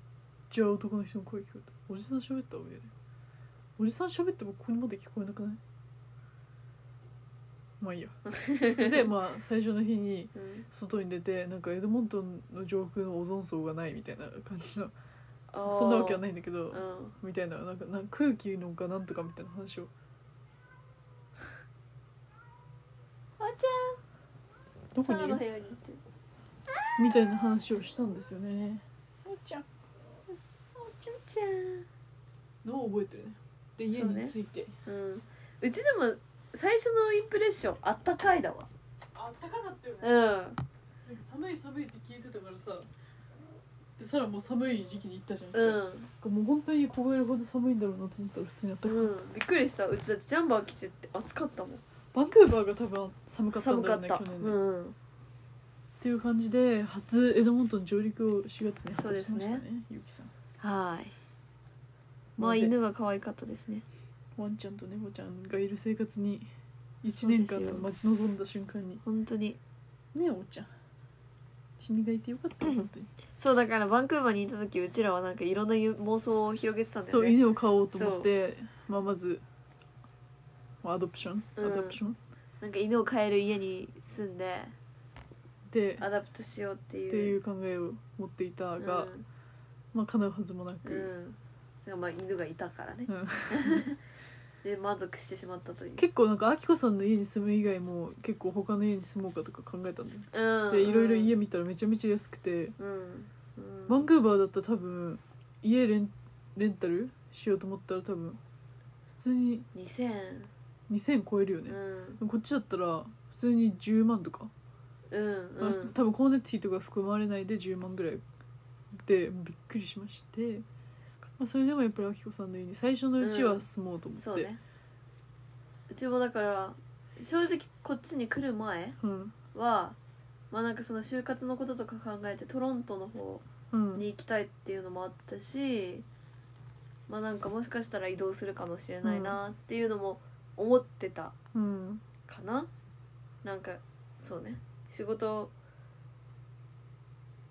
Speaker 1: ちゃ男の人の声聞こえたおじさん喋ったみたいなおじさん喋ってもここにまで聞こえなくないまあ
Speaker 2: *laughs*
Speaker 1: いいやそれでまあ最初の日に
Speaker 2: うん
Speaker 1: 外に出てなんかエドモントンの上空のオゾン層がないみたいな感じの
Speaker 2: あー
Speaker 1: そんなわけはないんだけど
Speaker 2: うん
Speaker 1: みたいななんかなんか空気のがなんとかみたいな話を
Speaker 2: あちゃ
Speaker 1: ど
Speaker 2: ん
Speaker 1: こ
Speaker 2: サ
Speaker 1: に
Speaker 2: ラ
Speaker 1: い
Speaker 2: の
Speaker 1: る
Speaker 2: 部屋に行って
Speaker 1: みたいな話をしたんですよね
Speaker 2: おちゃんおちゃんちゃ
Speaker 1: のを覚えてるねで家
Speaker 2: そうね
Speaker 1: に着いて、
Speaker 2: んうんうちでも最初のインプレッションあったかいだわ
Speaker 1: あったかかったよね
Speaker 2: うん
Speaker 1: なんか寒い寒いって聞いてたからさでさらもう寒い時期に行ったじゃん、
Speaker 2: う
Speaker 1: なん
Speaker 2: ん、
Speaker 1: かもう本当に凍えるほど寒いんだろうなと思ったら普通にあったかか
Speaker 2: う
Speaker 1: った、
Speaker 2: ん、びっくりしたうちだってジャンバー着てって暑かったもん
Speaker 1: バンクーバーが多分寒かったん
Speaker 2: 寒
Speaker 1: だろ
Speaker 2: か
Speaker 1: う
Speaker 2: っ
Speaker 1: ね去
Speaker 2: た
Speaker 1: 年ね、っ
Speaker 2: うん
Speaker 1: ていう感じで初エドモントン上陸を4月に果たしました
Speaker 2: そうですね
Speaker 1: ゆうきさん
Speaker 2: はいまあ
Speaker 1: ので
Speaker 2: 犬が可愛かったですね
Speaker 1: ワンちゃんと猫ちゃんがいる生活に1年間
Speaker 2: そうですよ
Speaker 1: 待ち望んだ瞬間に
Speaker 2: 本当に
Speaker 1: ねえおっ
Speaker 2: *laughs*
Speaker 1: ちゃん君がいてよかったよ本当に
Speaker 2: そうだからバンクーバーにいた時うちらはなんかいろんなゆ妄想を広げてたんだ
Speaker 1: そ
Speaker 2: よ
Speaker 1: う
Speaker 2: ね
Speaker 1: 犬を飼おうと思って、まあ、まずまあアドプションア
Speaker 2: うん
Speaker 1: ドプション、
Speaker 2: なんか犬を飼える家に住んで
Speaker 1: でっ
Speaker 2: アダプトしようっていう
Speaker 1: ていう考えを持っていたが、
Speaker 2: うん
Speaker 1: まあ叶うはずもな
Speaker 2: う
Speaker 1: く、
Speaker 2: んだからまあ犬がいたからね、
Speaker 1: うん
Speaker 2: で満足してしまったという
Speaker 1: 結構なんかあきこさんの家に住む以外も結構他の家に住もうかとか考えたんだよ、
Speaker 2: うん
Speaker 1: でいろいろ家見たらめちゃめちゃ安くて
Speaker 2: うん、うん、
Speaker 1: バンクーバーだったら多分家レンレンタルしようと思ったら多分普通に
Speaker 2: 2000
Speaker 1: 2000超えるよ
Speaker 2: う
Speaker 1: ね、
Speaker 2: ん
Speaker 1: こっちだったら普通に10万とか
Speaker 2: うんう
Speaker 1: まあ
Speaker 2: ん
Speaker 1: 多分光熱費とか含まれないで10万ぐらいでびっくりしまして、まあ、それでもやっぱりあきこさんの家に最初のうちは住もうと思って、う
Speaker 2: そ
Speaker 1: ん
Speaker 2: うねうちもだから正直こっちに来る前
Speaker 1: うん
Speaker 2: はまあなんかその就活のこととか考えてトロントの方に行きたいっていうのもあったしまあなんかもしかしたら移動するかもしれないなっていうのも思ってた
Speaker 1: うん
Speaker 2: かななんかそうね仕事を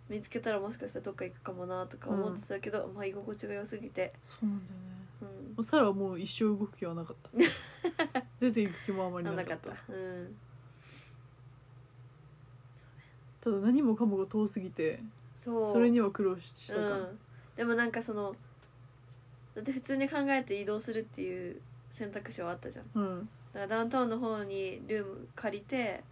Speaker 2: 見つけたらもしかしたらどっか行くかもなとか思ってたけど、まあ居心地が良すぎて、
Speaker 1: そうなんだよね
Speaker 2: う
Speaker 1: も
Speaker 2: ん
Speaker 1: うサラはもう一生動く気はなかった
Speaker 2: *laughs*
Speaker 1: 出ていく気もあまり
Speaker 2: な
Speaker 1: なんか
Speaker 2: な
Speaker 1: っ
Speaker 2: か
Speaker 1: た
Speaker 2: っ
Speaker 1: た
Speaker 2: たうん
Speaker 1: だ何もかもが遠すぎて
Speaker 2: そう
Speaker 1: それには苦労したか
Speaker 2: う
Speaker 1: ら
Speaker 2: ん、でもなんかそのだって普通に考えて移動するっていう選択肢はあったじゃんだ
Speaker 1: うん
Speaker 2: からダウンタウンの方にルーム借りて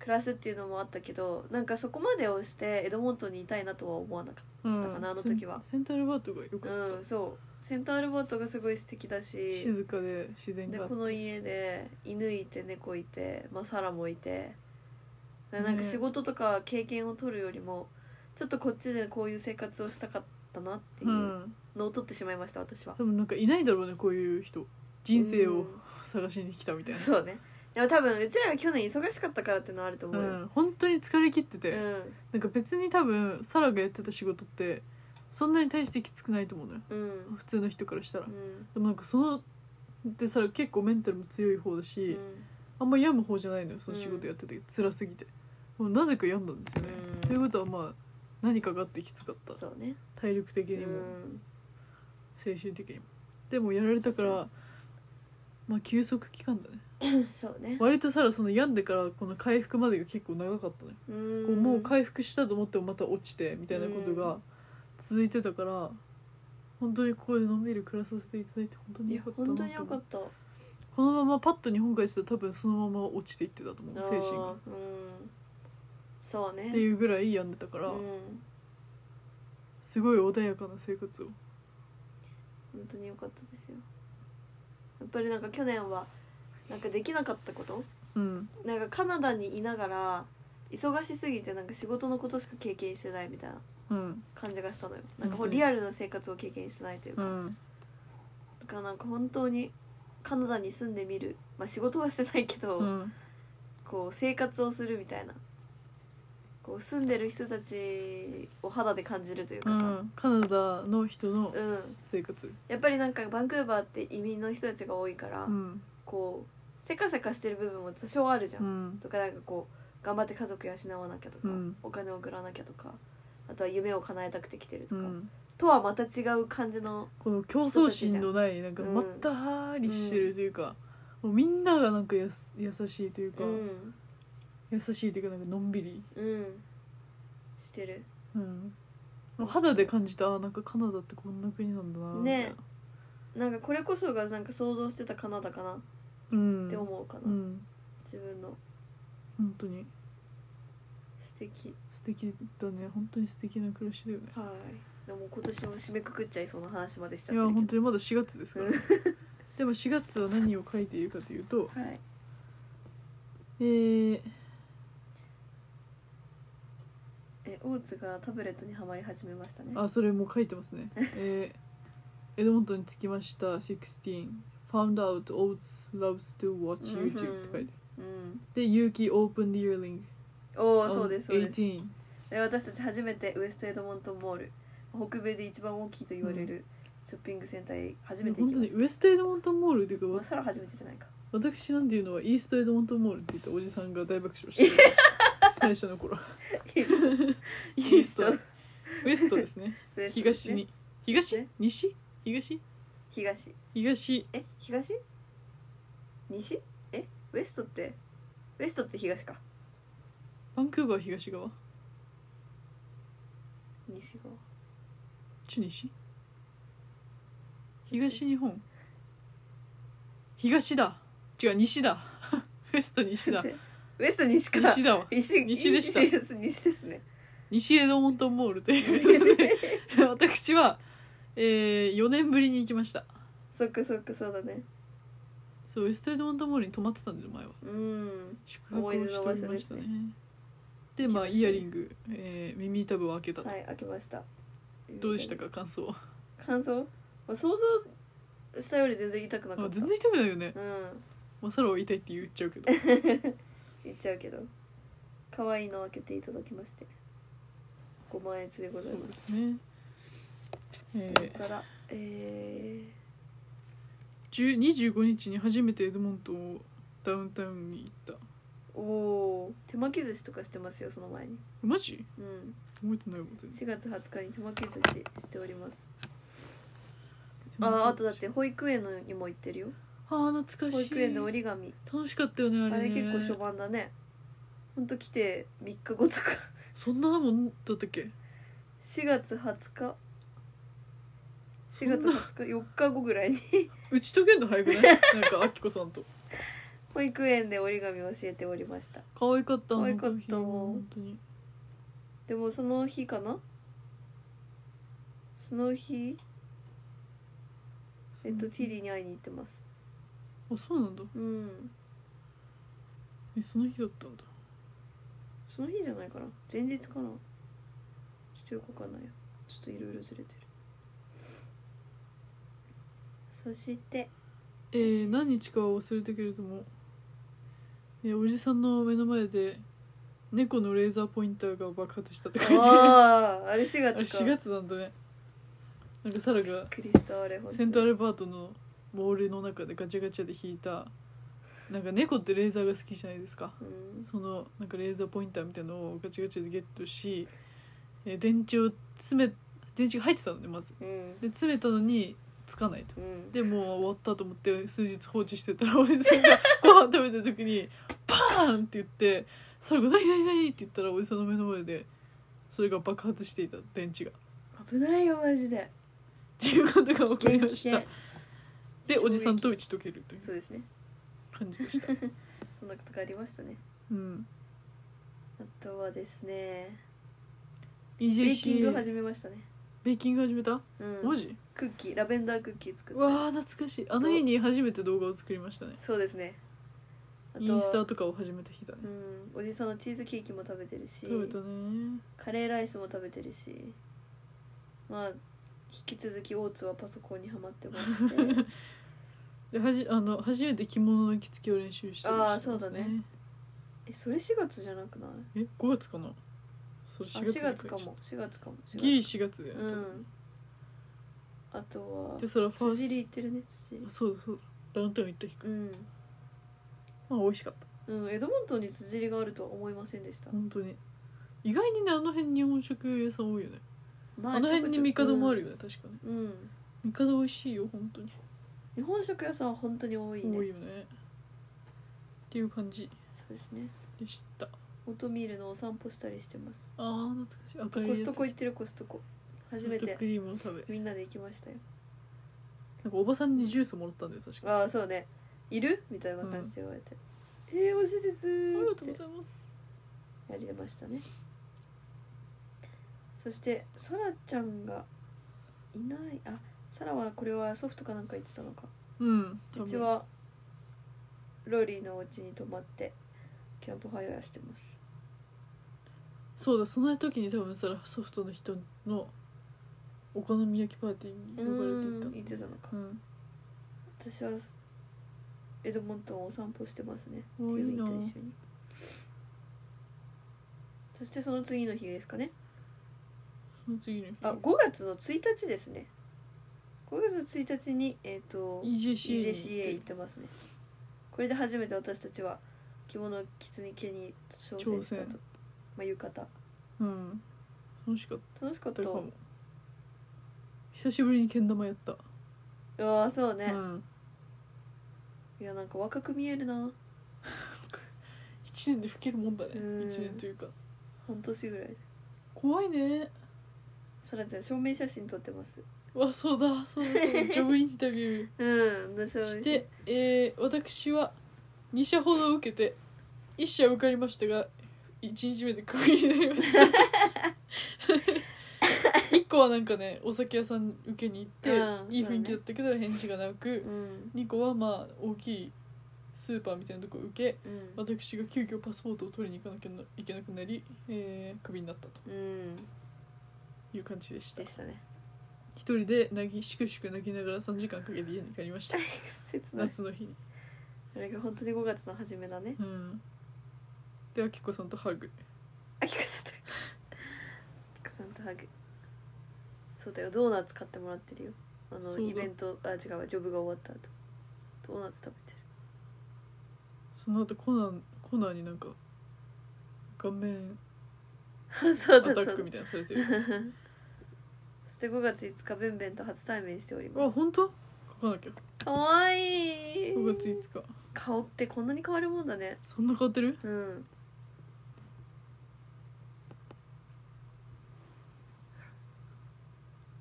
Speaker 2: 暮らすっていうのもあったけどなんかそこまでをしてエドモントンにいたいなとは思わなかっ
Speaker 1: うん
Speaker 2: だからあの時は
Speaker 1: センセントラルバートが良か
Speaker 2: た、
Speaker 1: っ
Speaker 2: うん、そうセントアルバートがすごい素敵だ
Speaker 1: た
Speaker 2: し
Speaker 1: 静かで自然
Speaker 2: で
Speaker 1: があっ
Speaker 2: こ
Speaker 1: て
Speaker 2: の家で犬いて猫いて、まあ、サラもいてだからなんか
Speaker 1: ね
Speaker 2: 仕事とか経験を取るよりもちょっとこっちでこういう生活をしたかったなっていううんのを取ってしまいました私は
Speaker 1: 多分なんかいないだろうねこういう人人生
Speaker 2: う
Speaker 1: を
Speaker 2: ん
Speaker 1: 探しに来たみたいな
Speaker 2: そうねでも多分うちらが去年忙しかったからってのはあると思う
Speaker 1: う
Speaker 2: よ
Speaker 1: ん、本当に疲れ切ってて、
Speaker 2: うん
Speaker 1: なんか別に多分サラがやってた仕事ってそんなに対してきつくないと思うのよ
Speaker 2: うん
Speaker 1: 普通の人からしたら、
Speaker 2: うん
Speaker 1: でもなんかそのでサラ結構メンタルも強い方だ
Speaker 2: う
Speaker 1: し、
Speaker 2: ん
Speaker 1: あんま病む方じゃないのよその仕事やってて、辛すぎてもうなぜか病んだんですよね、
Speaker 2: うん
Speaker 1: ということはまあ何かがあってきつかった
Speaker 2: そうね
Speaker 1: 体力的
Speaker 2: う
Speaker 1: にも
Speaker 2: ん
Speaker 1: 精神的にもでもやられたからまあ休息期間だね
Speaker 2: そうね
Speaker 1: 割とサラその病んでからこの回復までが結構長かったのよ
Speaker 2: うん
Speaker 1: こうもう回復したと思ってもまた落ちてみたいなこと
Speaker 2: う
Speaker 1: が続いてたから本当にここでのんびり暮らさせていただいて本当
Speaker 2: い
Speaker 1: に
Speaker 2: や
Speaker 1: よかったな
Speaker 2: 本
Speaker 1: と
Speaker 2: 当
Speaker 1: 思
Speaker 2: によか
Speaker 1: う
Speaker 2: った
Speaker 1: このままパッと日本帰ってたら多分そのまま落ちていってたと思う精神が
Speaker 2: あ。ーうんそうね
Speaker 1: っていうぐらい病んでたから、
Speaker 2: うん
Speaker 1: すごい穏やかな生活を
Speaker 2: 本当に良かったですよやっぱりなんか去年はなんかできなかったこと
Speaker 1: うん
Speaker 2: なんかカナダにいながら忙しすぎてなんか仕事のことしか経験してないみたいな
Speaker 1: うん
Speaker 2: 感じがしたのよなんかほ
Speaker 1: 本当に
Speaker 2: リアルな生活を経験してないという
Speaker 1: う
Speaker 2: か、
Speaker 1: ん
Speaker 2: だからなんか本当にカナダに住んでみるまあ仕事はしてないけど、
Speaker 1: うん
Speaker 2: こう生活をするみたいなこう住んでる人たちを肌で感じるという
Speaker 1: う
Speaker 2: かさ、
Speaker 1: んカナダの人の
Speaker 2: うん
Speaker 1: 生活
Speaker 2: やっぱりなんかバンクーバーって移民の人たちが多いから、
Speaker 1: うん
Speaker 2: こうせかせかしてる部分も多少あるじゃん、
Speaker 1: うん
Speaker 2: とかなんかこう頑張って家族養わなきゃとか、
Speaker 1: うん
Speaker 2: お金を送らなきゃとかあとは夢を叶えたくて来てる
Speaker 1: う
Speaker 2: とか、
Speaker 1: ん
Speaker 2: とはまた違う感じの
Speaker 1: この競争心のないなんか
Speaker 2: うん
Speaker 1: まったりしてるというか、もうみんながなんかやす優しいというか、
Speaker 2: うん
Speaker 1: 優しいというかなんかのんびり、
Speaker 2: うんしてる
Speaker 1: うん、もう肌で感じたあーなんかカナダってこんな国なんだなみたいな
Speaker 2: ねなんかこれこそがなんか想像してたカナダかなっ
Speaker 1: うん
Speaker 2: て思うかな、
Speaker 1: うん
Speaker 2: 自分の
Speaker 1: 本当に
Speaker 2: 素敵
Speaker 1: 素敵だね本当に素敵な暮らしだよね
Speaker 2: はいでも今年も締めくくっちゃいそうな話までしちゃ
Speaker 1: い
Speaker 2: っ
Speaker 1: や
Speaker 2: てる
Speaker 1: 本
Speaker 2: け
Speaker 1: 当にまだ4月ですから
Speaker 2: うん
Speaker 1: *laughs* でも4月は何を書いているかというと
Speaker 2: どはい
Speaker 1: えー、
Speaker 2: え大津がタブレットにはまり始めましたね
Speaker 1: あそれもう書いてますねえー、エドモントンに着きました16 Found out Oates loves to watch
Speaker 2: うん
Speaker 1: YouTube って書いてあ
Speaker 2: うん
Speaker 1: るで、勇気 Open the Yearling
Speaker 2: おお
Speaker 1: on
Speaker 2: そうですそうです
Speaker 1: 18
Speaker 2: で私たち初めてウエストエドモントンモール北米で一番大きいと言われるショッピングセンターへ初め
Speaker 1: 本
Speaker 2: て
Speaker 1: 当
Speaker 2: 行きま
Speaker 1: に
Speaker 2: し
Speaker 1: ウエストエドモントンモールっていう
Speaker 2: た
Speaker 1: か
Speaker 2: まあサラ初めてじ
Speaker 1: *laughs*
Speaker 2: ゃないか
Speaker 1: 私なんていうのはイーストエドモントンモールって言ったおじさんが大爆笑してる最初の頃 *laughs* イースト
Speaker 2: *laughs* イース
Speaker 1: ウエストです *laughs* ね
Speaker 2: ウエストです
Speaker 1: 東
Speaker 2: ね
Speaker 1: に東
Speaker 2: ね
Speaker 1: 西東
Speaker 2: 東
Speaker 1: 東
Speaker 2: え東西えウエストってウエストって東か
Speaker 1: バンクーバー東側
Speaker 2: 西側
Speaker 1: 中西東日本東だ違う西だ *laughs* ウエスト西 *laughs* だ
Speaker 2: *laughs* ウエスト西か
Speaker 1: 西だわ
Speaker 2: 西
Speaker 1: 西でした
Speaker 2: 西です西ですね
Speaker 1: 西エドモントンモールということ *laughs* で私は、えー、4年ぶりに行きました
Speaker 2: そっかそっかそうだね
Speaker 1: そうウエストエドモントンモールに泊まってたんで前は
Speaker 2: うん
Speaker 1: 宿泊をしておりましたね
Speaker 2: 思い出の場所ですね
Speaker 1: でまあ
Speaker 2: 行きましたね
Speaker 1: イヤリング、えー耳たぶを開けたと、
Speaker 2: はい開けました
Speaker 1: どうでしたか感想
Speaker 2: 感想まあ想像したより全然痛くなか
Speaker 1: あ
Speaker 2: った
Speaker 1: 全然痛くないよね
Speaker 2: うん *laughs*
Speaker 1: まあサロは痛いって言っちゃうけど
Speaker 2: 言っちゃうけど可愛いのを開けていただきまして5万円でござ
Speaker 1: そ
Speaker 2: いうま
Speaker 1: ですすねえ
Speaker 2: そこからえ
Speaker 1: ー、10 25日に初めてエドモントンをダウンタウンに行った
Speaker 2: ー、おお手巻き寿司とかしてますよその前に
Speaker 1: マジ
Speaker 2: うん
Speaker 1: 覚えてないこと
Speaker 2: 4月20日に手巻き寿司しておりますああとだって保育園のにも行ってるよ
Speaker 1: あー懐か
Speaker 2: 保
Speaker 1: しい
Speaker 2: 育園の折り紙
Speaker 1: 楽しかったよねあ
Speaker 2: あ
Speaker 1: れ
Speaker 2: れ
Speaker 1: ね
Speaker 2: 結構初版だねほんと来て3日後とか *laughs*
Speaker 1: そんなもんだったっけ
Speaker 2: 4月20日4月20日4日後ぐらいに *laughs*
Speaker 1: 打ち解けんの早くないなんかあきこさんと
Speaker 2: 保育園で折り紙を教えておりました
Speaker 1: 可愛かった
Speaker 2: 可愛かっ
Speaker 1: あ
Speaker 2: た
Speaker 1: の時本当に
Speaker 2: でもその日かなその日えっとティリーに会いに行ってます
Speaker 1: あそうなんだ
Speaker 2: うん
Speaker 1: えその日だったんだ
Speaker 2: その日じゃないかな前日かなちょっとよくわかんないよちょっといろいろずれてるそして
Speaker 1: えー、何日かは忘れたけれども、えーおじさんの目の前で猫のレーザーポインターが爆発したって書いてあ
Speaker 2: あああれ4
Speaker 1: るあれ
Speaker 2: 月か
Speaker 1: 4月なんだねなんかサラが
Speaker 2: クリストアレホ
Speaker 1: セントアルバートのモールの中でガチャガチャで引いたなんか猫ってレーザーが好きじゃないですか
Speaker 2: うん
Speaker 1: そのなんかレーザーポインターみたいなのをガチガチでゲットし、えー電池を詰め電池が入ってたのねまず
Speaker 2: うん
Speaker 1: で詰めたのにつかないと
Speaker 2: うん
Speaker 1: でもう終わったと思って数日放置してたらおじさんがご飯食べた時にパーンって言って最後「何何何?」って言ったらおじさんの目の前でそれが爆発していた電池が
Speaker 2: 危ないよマジで
Speaker 1: っていうことが
Speaker 2: 危
Speaker 1: 起こり
Speaker 2: 険
Speaker 1: ま
Speaker 2: 危
Speaker 1: し
Speaker 2: 険
Speaker 1: たでおじさんと打ち解けるという
Speaker 2: そうですね
Speaker 1: 感じでした
Speaker 2: そんなことがありましたね
Speaker 1: うん
Speaker 2: あとはですねベーキング
Speaker 1: EJC
Speaker 2: 始めましたね
Speaker 1: ベーキング始めた
Speaker 2: うん
Speaker 1: マジ
Speaker 2: クッキーラベンダークッキー作っ
Speaker 1: う
Speaker 2: て
Speaker 1: わあ懐かしいあの日に初めて動画を作りましたね
Speaker 2: そうですねあ
Speaker 1: インスタ
Speaker 2: と
Speaker 1: とかを始めた日だね
Speaker 2: うんおじさんのチーズケーキも食べてるし
Speaker 1: 食べたね
Speaker 2: カレーライスも食べてるしまあ引き続き大津はパソコンにはまってまして
Speaker 1: *laughs* ではじあの初めて着物の着付けを練習して
Speaker 2: あー
Speaker 1: してます
Speaker 2: そうだねえそれ4月じゃなくない
Speaker 1: え5月かなそれ
Speaker 2: あ
Speaker 1: 4月
Speaker 2: 4月
Speaker 1: だ
Speaker 2: からも4月かも4月
Speaker 1: ギリ4月だよね
Speaker 2: う
Speaker 1: 多
Speaker 2: ん
Speaker 1: 分
Speaker 2: あとは
Speaker 1: でそれはファー
Speaker 2: 辻り
Speaker 1: ス
Speaker 2: 行ってるね辻り
Speaker 1: トそうだそうだラウンタウン行った日か
Speaker 2: うん、
Speaker 1: まあ美味しかった
Speaker 2: うん、エドモントンに辻りがあるとは思いませんでした
Speaker 1: 本当に意外にねあの辺日本食屋さん多いよね
Speaker 2: ま
Speaker 1: あの辺にミカドもある
Speaker 2: よ、
Speaker 1: よね確かね
Speaker 2: うんうん
Speaker 1: ミカド美味しいよ本当に
Speaker 2: 日本食屋さんは本当に多いね
Speaker 1: 多いよねっていう感じ
Speaker 2: そうですね
Speaker 1: でした
Speaker 2: オートミールのお散歩したりしてます
Speaker 1: あー懐かしいあと
Speaker 2: コストコ行ってるコストコ初めて
Speaker 1: クリームを食べ
Speaker 2: みんなで行きましたよ
Speaker 1: なんかおばさんにジュースもらったんだよ確か
Speaker 2: ああそうねいるみたいな感じで言われて「えー、美味しいです」
Speaker 1: ありが
Speaker 2: っ
Speaker 1: とうご
Speaker 2: て
Speaker 1: ざいます
Speaker 2: やりましたねそしてそらちゃんがいないあさらはこれはソフトかなんか言ってたのか
Speaker 1: うん
Speaker 2: うちはロリーのお家に泊まってキャンプファイヤーしてます
Speaker 1: そうだその時に多分それソフトの人のお好み焼きパーティーに呼
Speaker 2: う
Speaker 1: ばれていた
Speaker 2: ん
Speaker 1: の
Speaker 2: 言ってたのか
Speaker 1: うん
Speaker 2: 私はエドモントンをお散歩してますね
Speaker 1: おー
Speaker 2: ティ
Speaker 1: いいな
Speaker 2: アリーと一緒にそしてその次の日ですかね
Speaker 1: その次の日
Speaker 2: あ5月の1日ですね5月の1日にえっ、と EJCA 行っ
Speaker 1: EJCA
Speaker 2: てますねこれで初めて私たちは着物を着つに毛に挑戦した
Speaker 1: 挑
Speaker 2: と、まあ、浴衣
Speaker 1: うん楽しかっ
Speaker 2: 楽しかったた
Speaker 1: かも久しぶりにけん玉やった、
Speaker 2: うわーそうね、
Speaker 1: うん、
Speaker 2: いやなんか若く見えるな
Speaker 1: 1年で老けるもんだね
Speaker 2: うん
Speaker 1: 1年というか
Speaker 2: 半年ぐらいで
Speaker 1: 怖いね
Speaker 2: さらちゃん証明写真撮ってます
Speaker 1: うわそうだそうだそうだジョブインタビュ
Speaker 2: うん私
Speaker 1: ー
Speaker 2: は
Speaker 1: して、えー私は2社ほど受けて1社受かりましたが1日目でクビになりました
Speaker 2: *laughs*
Speaker 1: 1個はなんかねお酒屋さん受けに行って、
Speaker 2: うん
Speaker 1: いい雰囲気だったけど返事がなく
Speaker 2: うん
Speaker 1: 2個はまあ大きいスーパーみたいなとこ受け
Speaker 2: うん
Speaker 1: 私が急遽パスポートを取りに行かなきゃないけなくなり、えークビになったと
Speaker 2: うん
Speaker 1: いう感じでした
Speaker 2: でし
Speaker 1: *laughs*
Speaker 2: たね
Speaker 1: 一人で泣きしくしく泣きながら3時間かけて家に帰りました
Speaker 2: 切ない
Speaker 1: 夏の日に
Speaker 2: あれが本当に5月の初めだね
Speaker 1: うんであきこさんとハグ
Speaker 2: あきこさんとあきこさんとハグそうだよドーナツ買ってもらってるよあ
Speaker 1: そ
Speaker 2: の
Speaker 1: うだ
Speaker 2: イベントあ違うわジョブが終わった後ドーナツ食べて
Speaker 1: その後コナンコナンになんか顔面
Speaker 2: るそ
Speaker 1: ア
Speaker 2: う
Speaker 1: タ
Speaker 2: だそ
Speaker 1: ック
Speaker 2: う
Speaker 1: み
Speaker 2: だ
Speaker 1: たいなのされてる
Speaker 2: そして5月5日ベンベンと初対面しており
Speaker 1: あ
Speaker 2: ます
Speaker 1: 本当書かなきゃ
Speaker 2: かわいい
Speaker 1: 5月5日
Speaker 2: 顔ってこんなに変わるもんだね
Speaker 1: そんな変わってる
Speaker 2: うん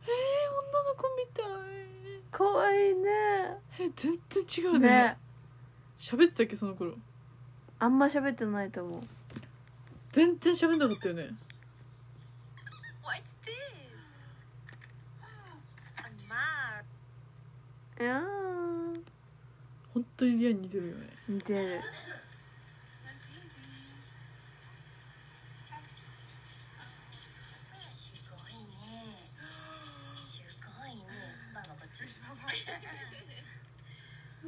Speaker 1: えー、女の子みた
Speaker 2: かわいいね
Speaker 1: いえ全然違うね
Speaker 2: ね
Speaker 1: 喋ってたっけその頃
Speaker 2: あんま喋ってないと思う
Speaker 1: 全然喋んなかったよね
Speaker 3: What's this? A map.
Speaker 2: いやー
Speaker 1: 本当にリアに似てるよね
Speaker 2: 似てる
Speaker 3: *laughs*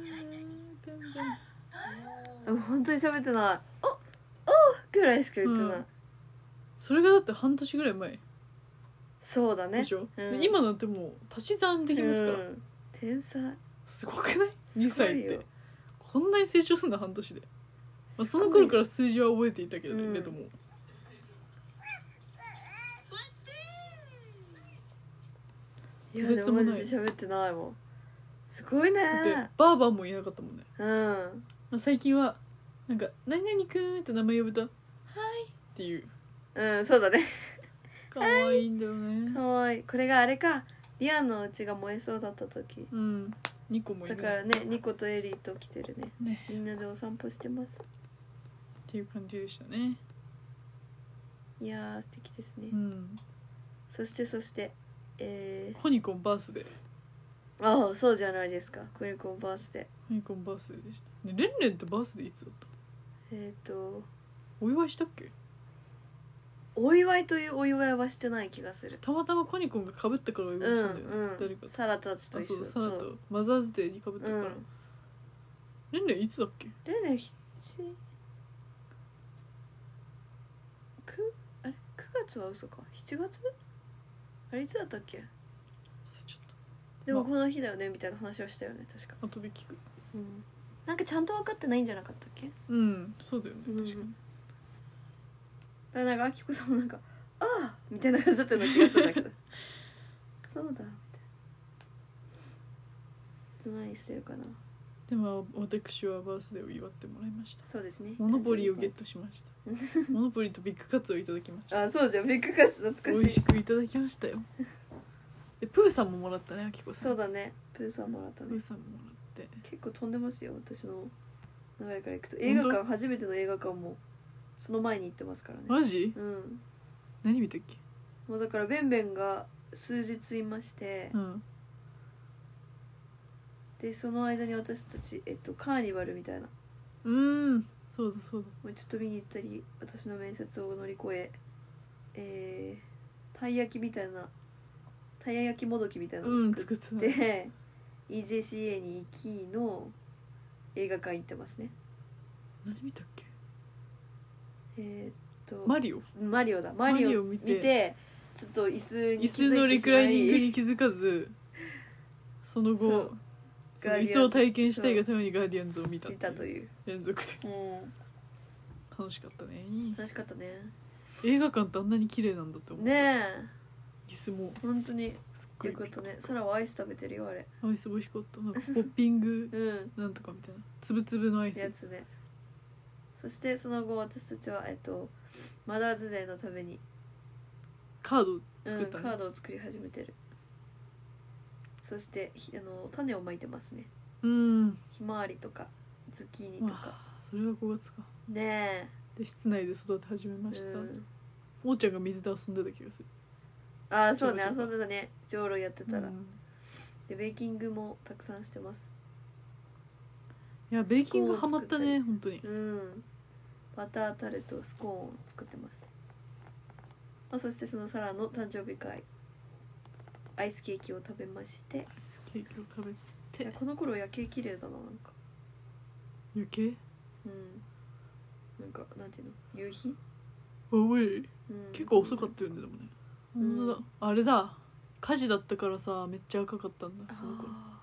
Speaker 2: でも本当に喋ってない「おおぐらいしか言ってない、
Speaker 1: うんそれがだって半年ぐらい前
Speaker 2: そうだね
Speaker 1: でしょ、
Speaker 2: うん
Speaker 1: で今なんてもう足し算できますから、
Speaker 2: うん天才
Speaker 1: すごくない2
Speaker 2: すご
Speaker 1: 歳っ
Speaker 2: いよ
Speaker 1: てこんなに成長するんだ半年で、まあ、
Speaker 2: す
Speaker 1: そ
Speaker 2: ごい
Speaker 1: の頃から数字は覚えていたけどね、
Speaker 2: うん
Speaker 1: でも
Speaker 3: What's
Speaker 2: い
Speaker 3: this?
Speaker 2: や
Speaker 1: と
Speaker 2: で
Speaker 1: てつ
Speaker 2: も
Speaker 1: も
Speaker 2: マ
Speaker 1: ない
Speaker 2: ジで喋ってないもんすごい
Speaker 1: だって
Speaker 2: ね
Speaker 1: バーバーもいなかったもんね、
Speaker 2: うん
Speaker 1: まあ、最近はなんか「何々くん」って名前呼ぶと「はい」っていう
Speaker 2: うんそうだね
Speaker 1: かわいいんだよね、
Speaker 2: かわいいこれがあれかリアンのうちが燃えそうだった時
Speaker 1: うん2個もい
Speaker 2: だ
Speaker 1: る
Speaker 2: からねニコとエリーと来てるね
Speaker 1: ね
Speaker 2: みんなでお散歩してます
Speaker 1: っていう感じでしたね
Speaker 2: いやー素敵ですね、
Speaker 1: うん
Speaker 2: そしてそしてえ
Speaker 1: コニコンバースデー
Speaker 2: ー、ああそうじゃないですかクリコンバースで
Speaker 1: コニコンバースデーでしたねレンレンってバースデーいつだった
Speaker 2: えっ、ー、と
Speaker 1: お祝いしたっけ
Speaker 2: お祝いというお祝いはしてない気がする
Speaker 1: たまたまコニコンがかぶったからお
Speaker 2: う
Speaker 1: 祝いしたんだよね、
Speaker 2: んう
Speaker 1: 誰
Speaker 2: ん
Speaker 1: かと
Speaker 2: サラたちと
Speaker 1: あ
Speaker 2: 一
Speaker 1: そ
Speaker 2: 緒
Speaker 1: うサラとマザーズデーにかぶった
Speaker 2: う
Speaker 1: から、
Speaker 2: ん
Speaker 1: レンレンいつだっけ
Speaker 2: レレ七くあれ九月は嘘か七月あれいつだったっけ
Speaker 1: 忘れちゃっ
Speaker 2: でも
Speaker 1: まあ
Speaker 2: この日だよねみたいな話をしたよね確か、
Speaker 1: た後で聞く
Speaker 2: うん、なんかちゃんと分かってないんじゃなかったっけ
Speaker 1: うんそうだよね
Speaker 2: うん
Speaker 1: 確かに、
Speaker 2: だからなんかあきこさんもなんか「ああ!」みたいな感じだったような気がするんだけどそうだみたいなあと何してるかな
Speaker 1: でも私はバースデーを祝ってもらいました
Speaker 2: そうですね
Speaker 1: モノポリーをゲットしま
Speaker 2: *laughs*
Speaker 1: したモノポリーとビッグカツをいただきました
Speaker 2: あそうじゃんビッグカツ
Speaker 1: 美
Speaker 2: 懐か
Speaker 1: 味
Speaker 2: しい
Speaker 1: しくいただきましたよでプーさんももらったねあきこさん
Speaker 2: そうだねプーさんもらった
Speaker 1: プ
Speaker 2: ね
Speaker 1: ーさんももらって
Speaker 2: 結構飛んでますよ私の流れからいくと映画館初めての映画館もその前に行ってますからね
Speaker 1: マジ
Speaker 2: うん
Speaker 1: 何見たっけ
Speaker 2: もうだからベンベンが数日いまして、
Speaker 1: うん
Speaker 2: でその間に私たち、えっと、カーニバルみたいな
Speaker 1: うーんそうだそうだ
Speaker 2: もうちょっと見に行ったり私の面接を乗り越ええー、たい焼きみたいなたい焼きもどきみたいな
Speaker 1: う
Speaker 2: のを
Speaker 1: ん
Speaker 2: 作
Speaker 1: 作
Speaker 2: っ
Speaker 1: ってた
Speaker 2: て、EJCA に行きの映画館行ってますね
Speaker 1: 何見たっけ
Speaker 2: えーっと
Speaker 1: マリオ
Speaker 2: マリオだマリオ
Speaker 1: マリオ見
Speaker 2: 見
Speaker 1: て
Speaker 2: てちょっと椅子
Speaker 1: 椅
Speaker 2: に気づいてしま
Speaker 1: 子
Speaker 2: い
Speaker 1: のリクライニングに気づかずその
Speaker 2: そ
Speaker 1: 後そ
Speaker 2: う
Speaker 1: の椅子を体験したいがためにガーディアンズを見たっ
Speaker 2: 見
Speaker 1: てい
Speaker 2: た
Speaker 1: う
Speaker 2: という
Speaker 1: 連続で
Speaker 2: うん
Speaker 1: 楽しかったね
Speaker 2: 楽しかったね
Speaker 1: 映画館ってあんなに綺麗なんだって思った、
Speaker 2: ね
Speaker 1: 椅子も
Speaker 2: え本当に
Speaker 1: すっごい
Speaker 2: よかったね空はアイス食べてるよあれ
Speaker 1: アイス美味しかったなんかポッピング
Speaker 2: うん
Speaker 1: なんとかみたいなつぶつぶのアイス
Speaker 2: やつねそしてその後私たちはえっとマダーズデーのために、
Speaker 1: カード
Speaker 2: うん
Speaker 1: 作った
Speaker 2: カ
Speaker 1: ね
Speaker 2: ードを作り始めてるそしてひあの種をまいてますね
Speaker 1: うん
Speaker 2: ひまわりとかズッキーニと
Speaker 1: わ
Speaker 2: か
Speaker 1: あそれが5月か
Speaker 2: ね
Speaker 1: で室内で育て始めま
Speaker 2: え、
Speaker 1: した、
Speaker 2: うん、
Speaker 1: もーちゃんが水で遊んでた気がする
Speaker 2: ああそうね
Speaker 1: ちょこ
Speaker 2: 遊
Speaker 1: ちょ
Speaker 2: ん
Speaker 1: こ
Speaker 2: でたねじょうろやってたら、
Speaker 1: うん
Speaker 2: でベーキングもたくさんしてます
Speaker 1: いやベーキングハマったね本当に
Speaker 2: うんバタータルトスコーンを作ってます、まあ、そしてそのサラの誕生日会アイスケーキを食べまして
Speaker 1: ケーキを食べ
Speaker 2: いやこの頃夜景綺麗だななんか
Speaker 1: 余計
Speaker 2: うんなんかなんていうの夕日、
Speaker 1: おい
Speaker 2: うん、
Speaker 1: 結構遅かったよねでもね
Speaker 2: うん
Speaker 1: 本当だあれだ火事だったからさめっちゃ赤かったんだその頃
Speaker 2: あ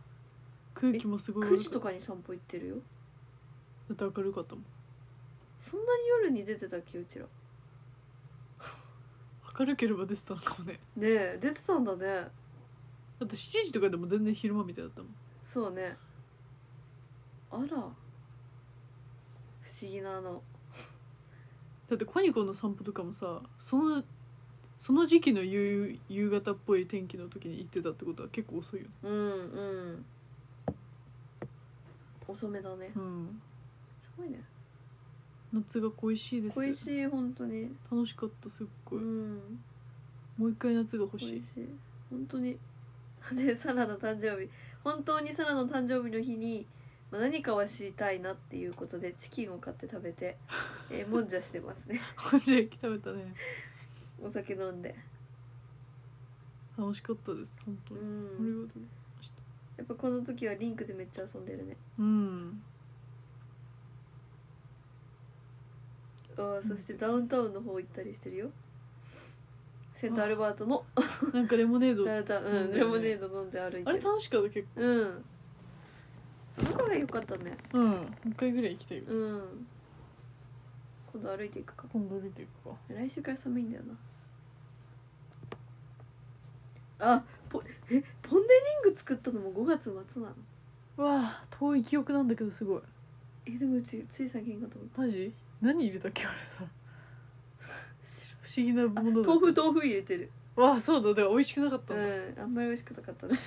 Speaker 1: 空気もすご
Speaker 2: ー
Speaker 1: い
Speaker 2: 9時と
Speaker 1: か
Speaker 2: かに散歩行ってるよ
Speaker 1: だって明るかったもん
Speaker 2: そんなに夜に出てたっけうちらね
Speaker 1: 明るければ出てたのかもね
Speaker 2: え出てたんだね
Speaker 1: だって7時とかでも全然昼間みたいだったもん
Speaker 2: そうねあら不思議なあの
Speaker 1: だってコニコの散歩とかもさそのその時期の夕夕方っぽい天気の時に行ってたってことは結構遅いよね
Speaker 2: うんうん遅めだね
Speaker 1: うん
Speaker 2: すごいね
Speaker 1: 夏が恋しいです
Speaker 2: 恋しい本当に
Speaker 1: 楽しかったすっ
Speaker 2: う
Speaker 1: ごい、
Speaker 2: ん
Speaker 1: もう一回夏が欲し
Speaker 2: 恋し
Speaker 1: い *laughs*
Speaker 2: い本当に *laughs* でサラの誕生日本当にサラの誕生日の日に、まあ、何かは知りたいなっていうことでチキンを買って食べて、え *laughs* ー、もんじゃしてますね
Speaker 1: 本日焼き食べたね
Speaker 2: お酒飲んで
Speaker 1: 楽しかったです本当
Speaker 2: う
Speaker 1: に、あり
Speaker 2: ん
Speaker 1: がとう
Speaker 2: やっぱこの時はリンクでめっちゃ遊んでるね
Speaker 1: うん
Speaker 2: あーそしてダウンタウンの方行ったりしてるよセントアルバートの
Speaker 1: なんかレモネー
Speaker 2: *laughs*
Speaker 1: ド
Speaker 2: ダウンタウン、うんレモネード飲んで歩いて
Speaker 1: あれ
Speaker 2: る
Speaker 1: 楽しかった結
Speaker 2: うんあのカフェよかったね
Speaker 1: 構うんもう一回ぐらい行きたいよ
Speaker 2: うん今度歩いていくか
Speaker 1: 今度歩いていくか
Speaker 2: 来週から寒いんだよなあポえポン・デ・リング作ったのも5月末なの
Speaker 1: わあ遠い記憶なんだけどすごい
Speaker 2: えでもうちつい最近かと思っ
Speaker 1: マジ何入れたっけあれさ
Speaker 2: た
Speaker 1: 不思議なものだった
Speaker 2: 豆腐豆腐入れてる
Speaker 1: わあそうだで美味しくなかった
Speaker 2: うん
Speaker 1: だ、
Speaker 2: んあんまり美味しくなかったね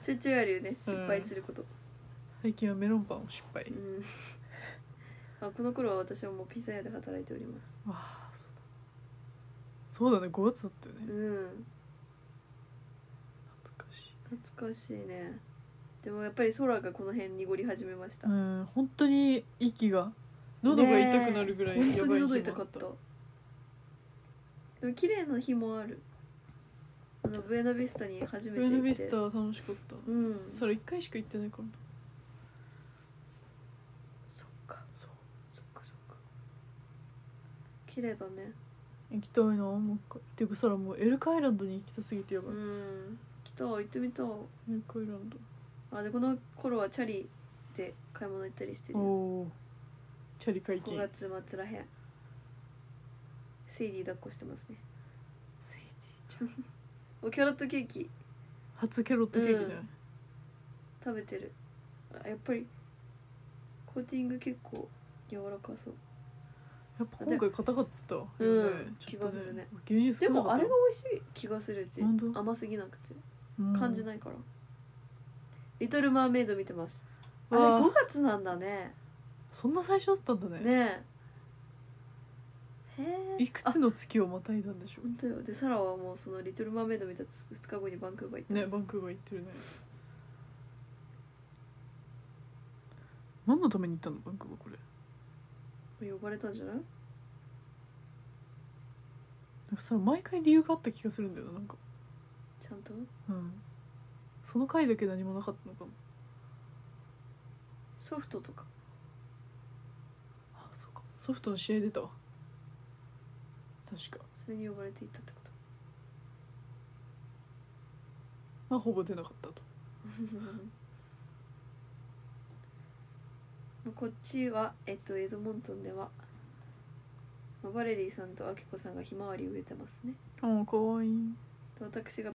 Speaker 2: ちょいちょいあるよね失敗すること
Speaker 1: 最近はメロンパンを失敗、
Speaker 2: うんあこの頃は私はもうピザ屋で働いております
Speaker 1: わあそうだそうだね5月だったよね、
Speaker 2: うん
Speaker 1: 懐かしい
Speaker 2: 懐かしいねでもやっぱり空がこの辺濁り始めました
Speaker 1: うん本当に息が喉が痛くなるぐらい
Speaker 2: ねえ
Speaker 1: やば
Speaker 2: 本
Speaker 1: い
Speaker 2: 当に
Speaker 1: 日
Speaker 2: 喉
Speaker 1: も
Speaker 2: 痛かったでも綺麗な日もあるあのブエナビスタに初め
Speaker 1: ブエ
Speaker 2: て
Speaker 1: ノ
Speaker 2: 行
Speaker 1: ビ
Speaker 2: って
Speaker 1: スタは楽しかったな、
Speaker 2: うん
Speaker 1: それ一回しか行ってないからな
Speaker 2: そっか
Speaker 1: そう
Speaker 2: そっかそっか綺麗だね
Speaker 1: 行きたいなもう一回ていうかさらもうエルカイランドに行きたすぎてやば
Speaker 2: う
Speaker 1: い、
Speaker 2: ん来た行ってみた
Speaker 1: エルカイラン
Speaker 2: あでこの頃はチャリで買い物行ったりして
Speaker 1: ド
Speaker 2: るよ
Speaker 1: おおチャリ解禁
Speaker 2: 5月末らへんセイディ抱っこしてますね
Speaker 1: セイティちゃん
Speaker 2: おキャロットケーキ
Speaker 1: 初キャロットケーキじゃない、
Speaker 2: 食べてるあやっぱりコーティング結構柔らかそう
Speaker 1: やっぱ今回硬かったよね、
Speaker 2: うん
Speaker 1: ちょっ
Speaker 2: 気が
Speaker 1: と
Speaker 2: するね
Speaker 1: 牛乳
Speaker 2: で
Speaker 1: 少なか
Speaker 2: も
Speaker 1: っ
Speaker 2: あ
Speaker 1: た
Speaker 2: れが美味しい気がするうち
Speaker 1: 本当
Speaker 2: 甘すぎなくて
Speaker 1: うん
Speaker 2: 感じないから、リトルマーメイド見てますあれ
Speaker 1: わあ
Speaker 2: 5月なんだね
Speaker 1: そんな最初だったんだね
Speaker 2: ねえへえ
Speaker 1: いくつの月をまたいだんでしょ
Speaker 2: 本当よでサラはもうそのリトルマーメイド見たつ2日後にバンクーバー行っ
Speaker 1: うね
Speaker 2: てます
Speaker 1: バンクーバー行ってるね何のために行ったのバンクーバーこれ
Speaker 2: 呼ばれたんじゃない
Speaker 1: なんかそれ毎回理由があった気がするんだよななんか
Speaker 2: ちゃんと
Speaker 1: うんその回だけ何もなかったのかも
Speaker 2: ソフトとか
Speaker 1: あそうかソフトの試合出たわ確か
Speaker 2: それに呼ばれていったってこと
Speaker 1: まあほぼ出なかったと
Speaker 2: まあこっちは、えっと、エドモントンでは、まあバレリーさんとアキコさんがひまわりを植えてますね。
Speaker 1: うんかわいい
Speaker 2: と私が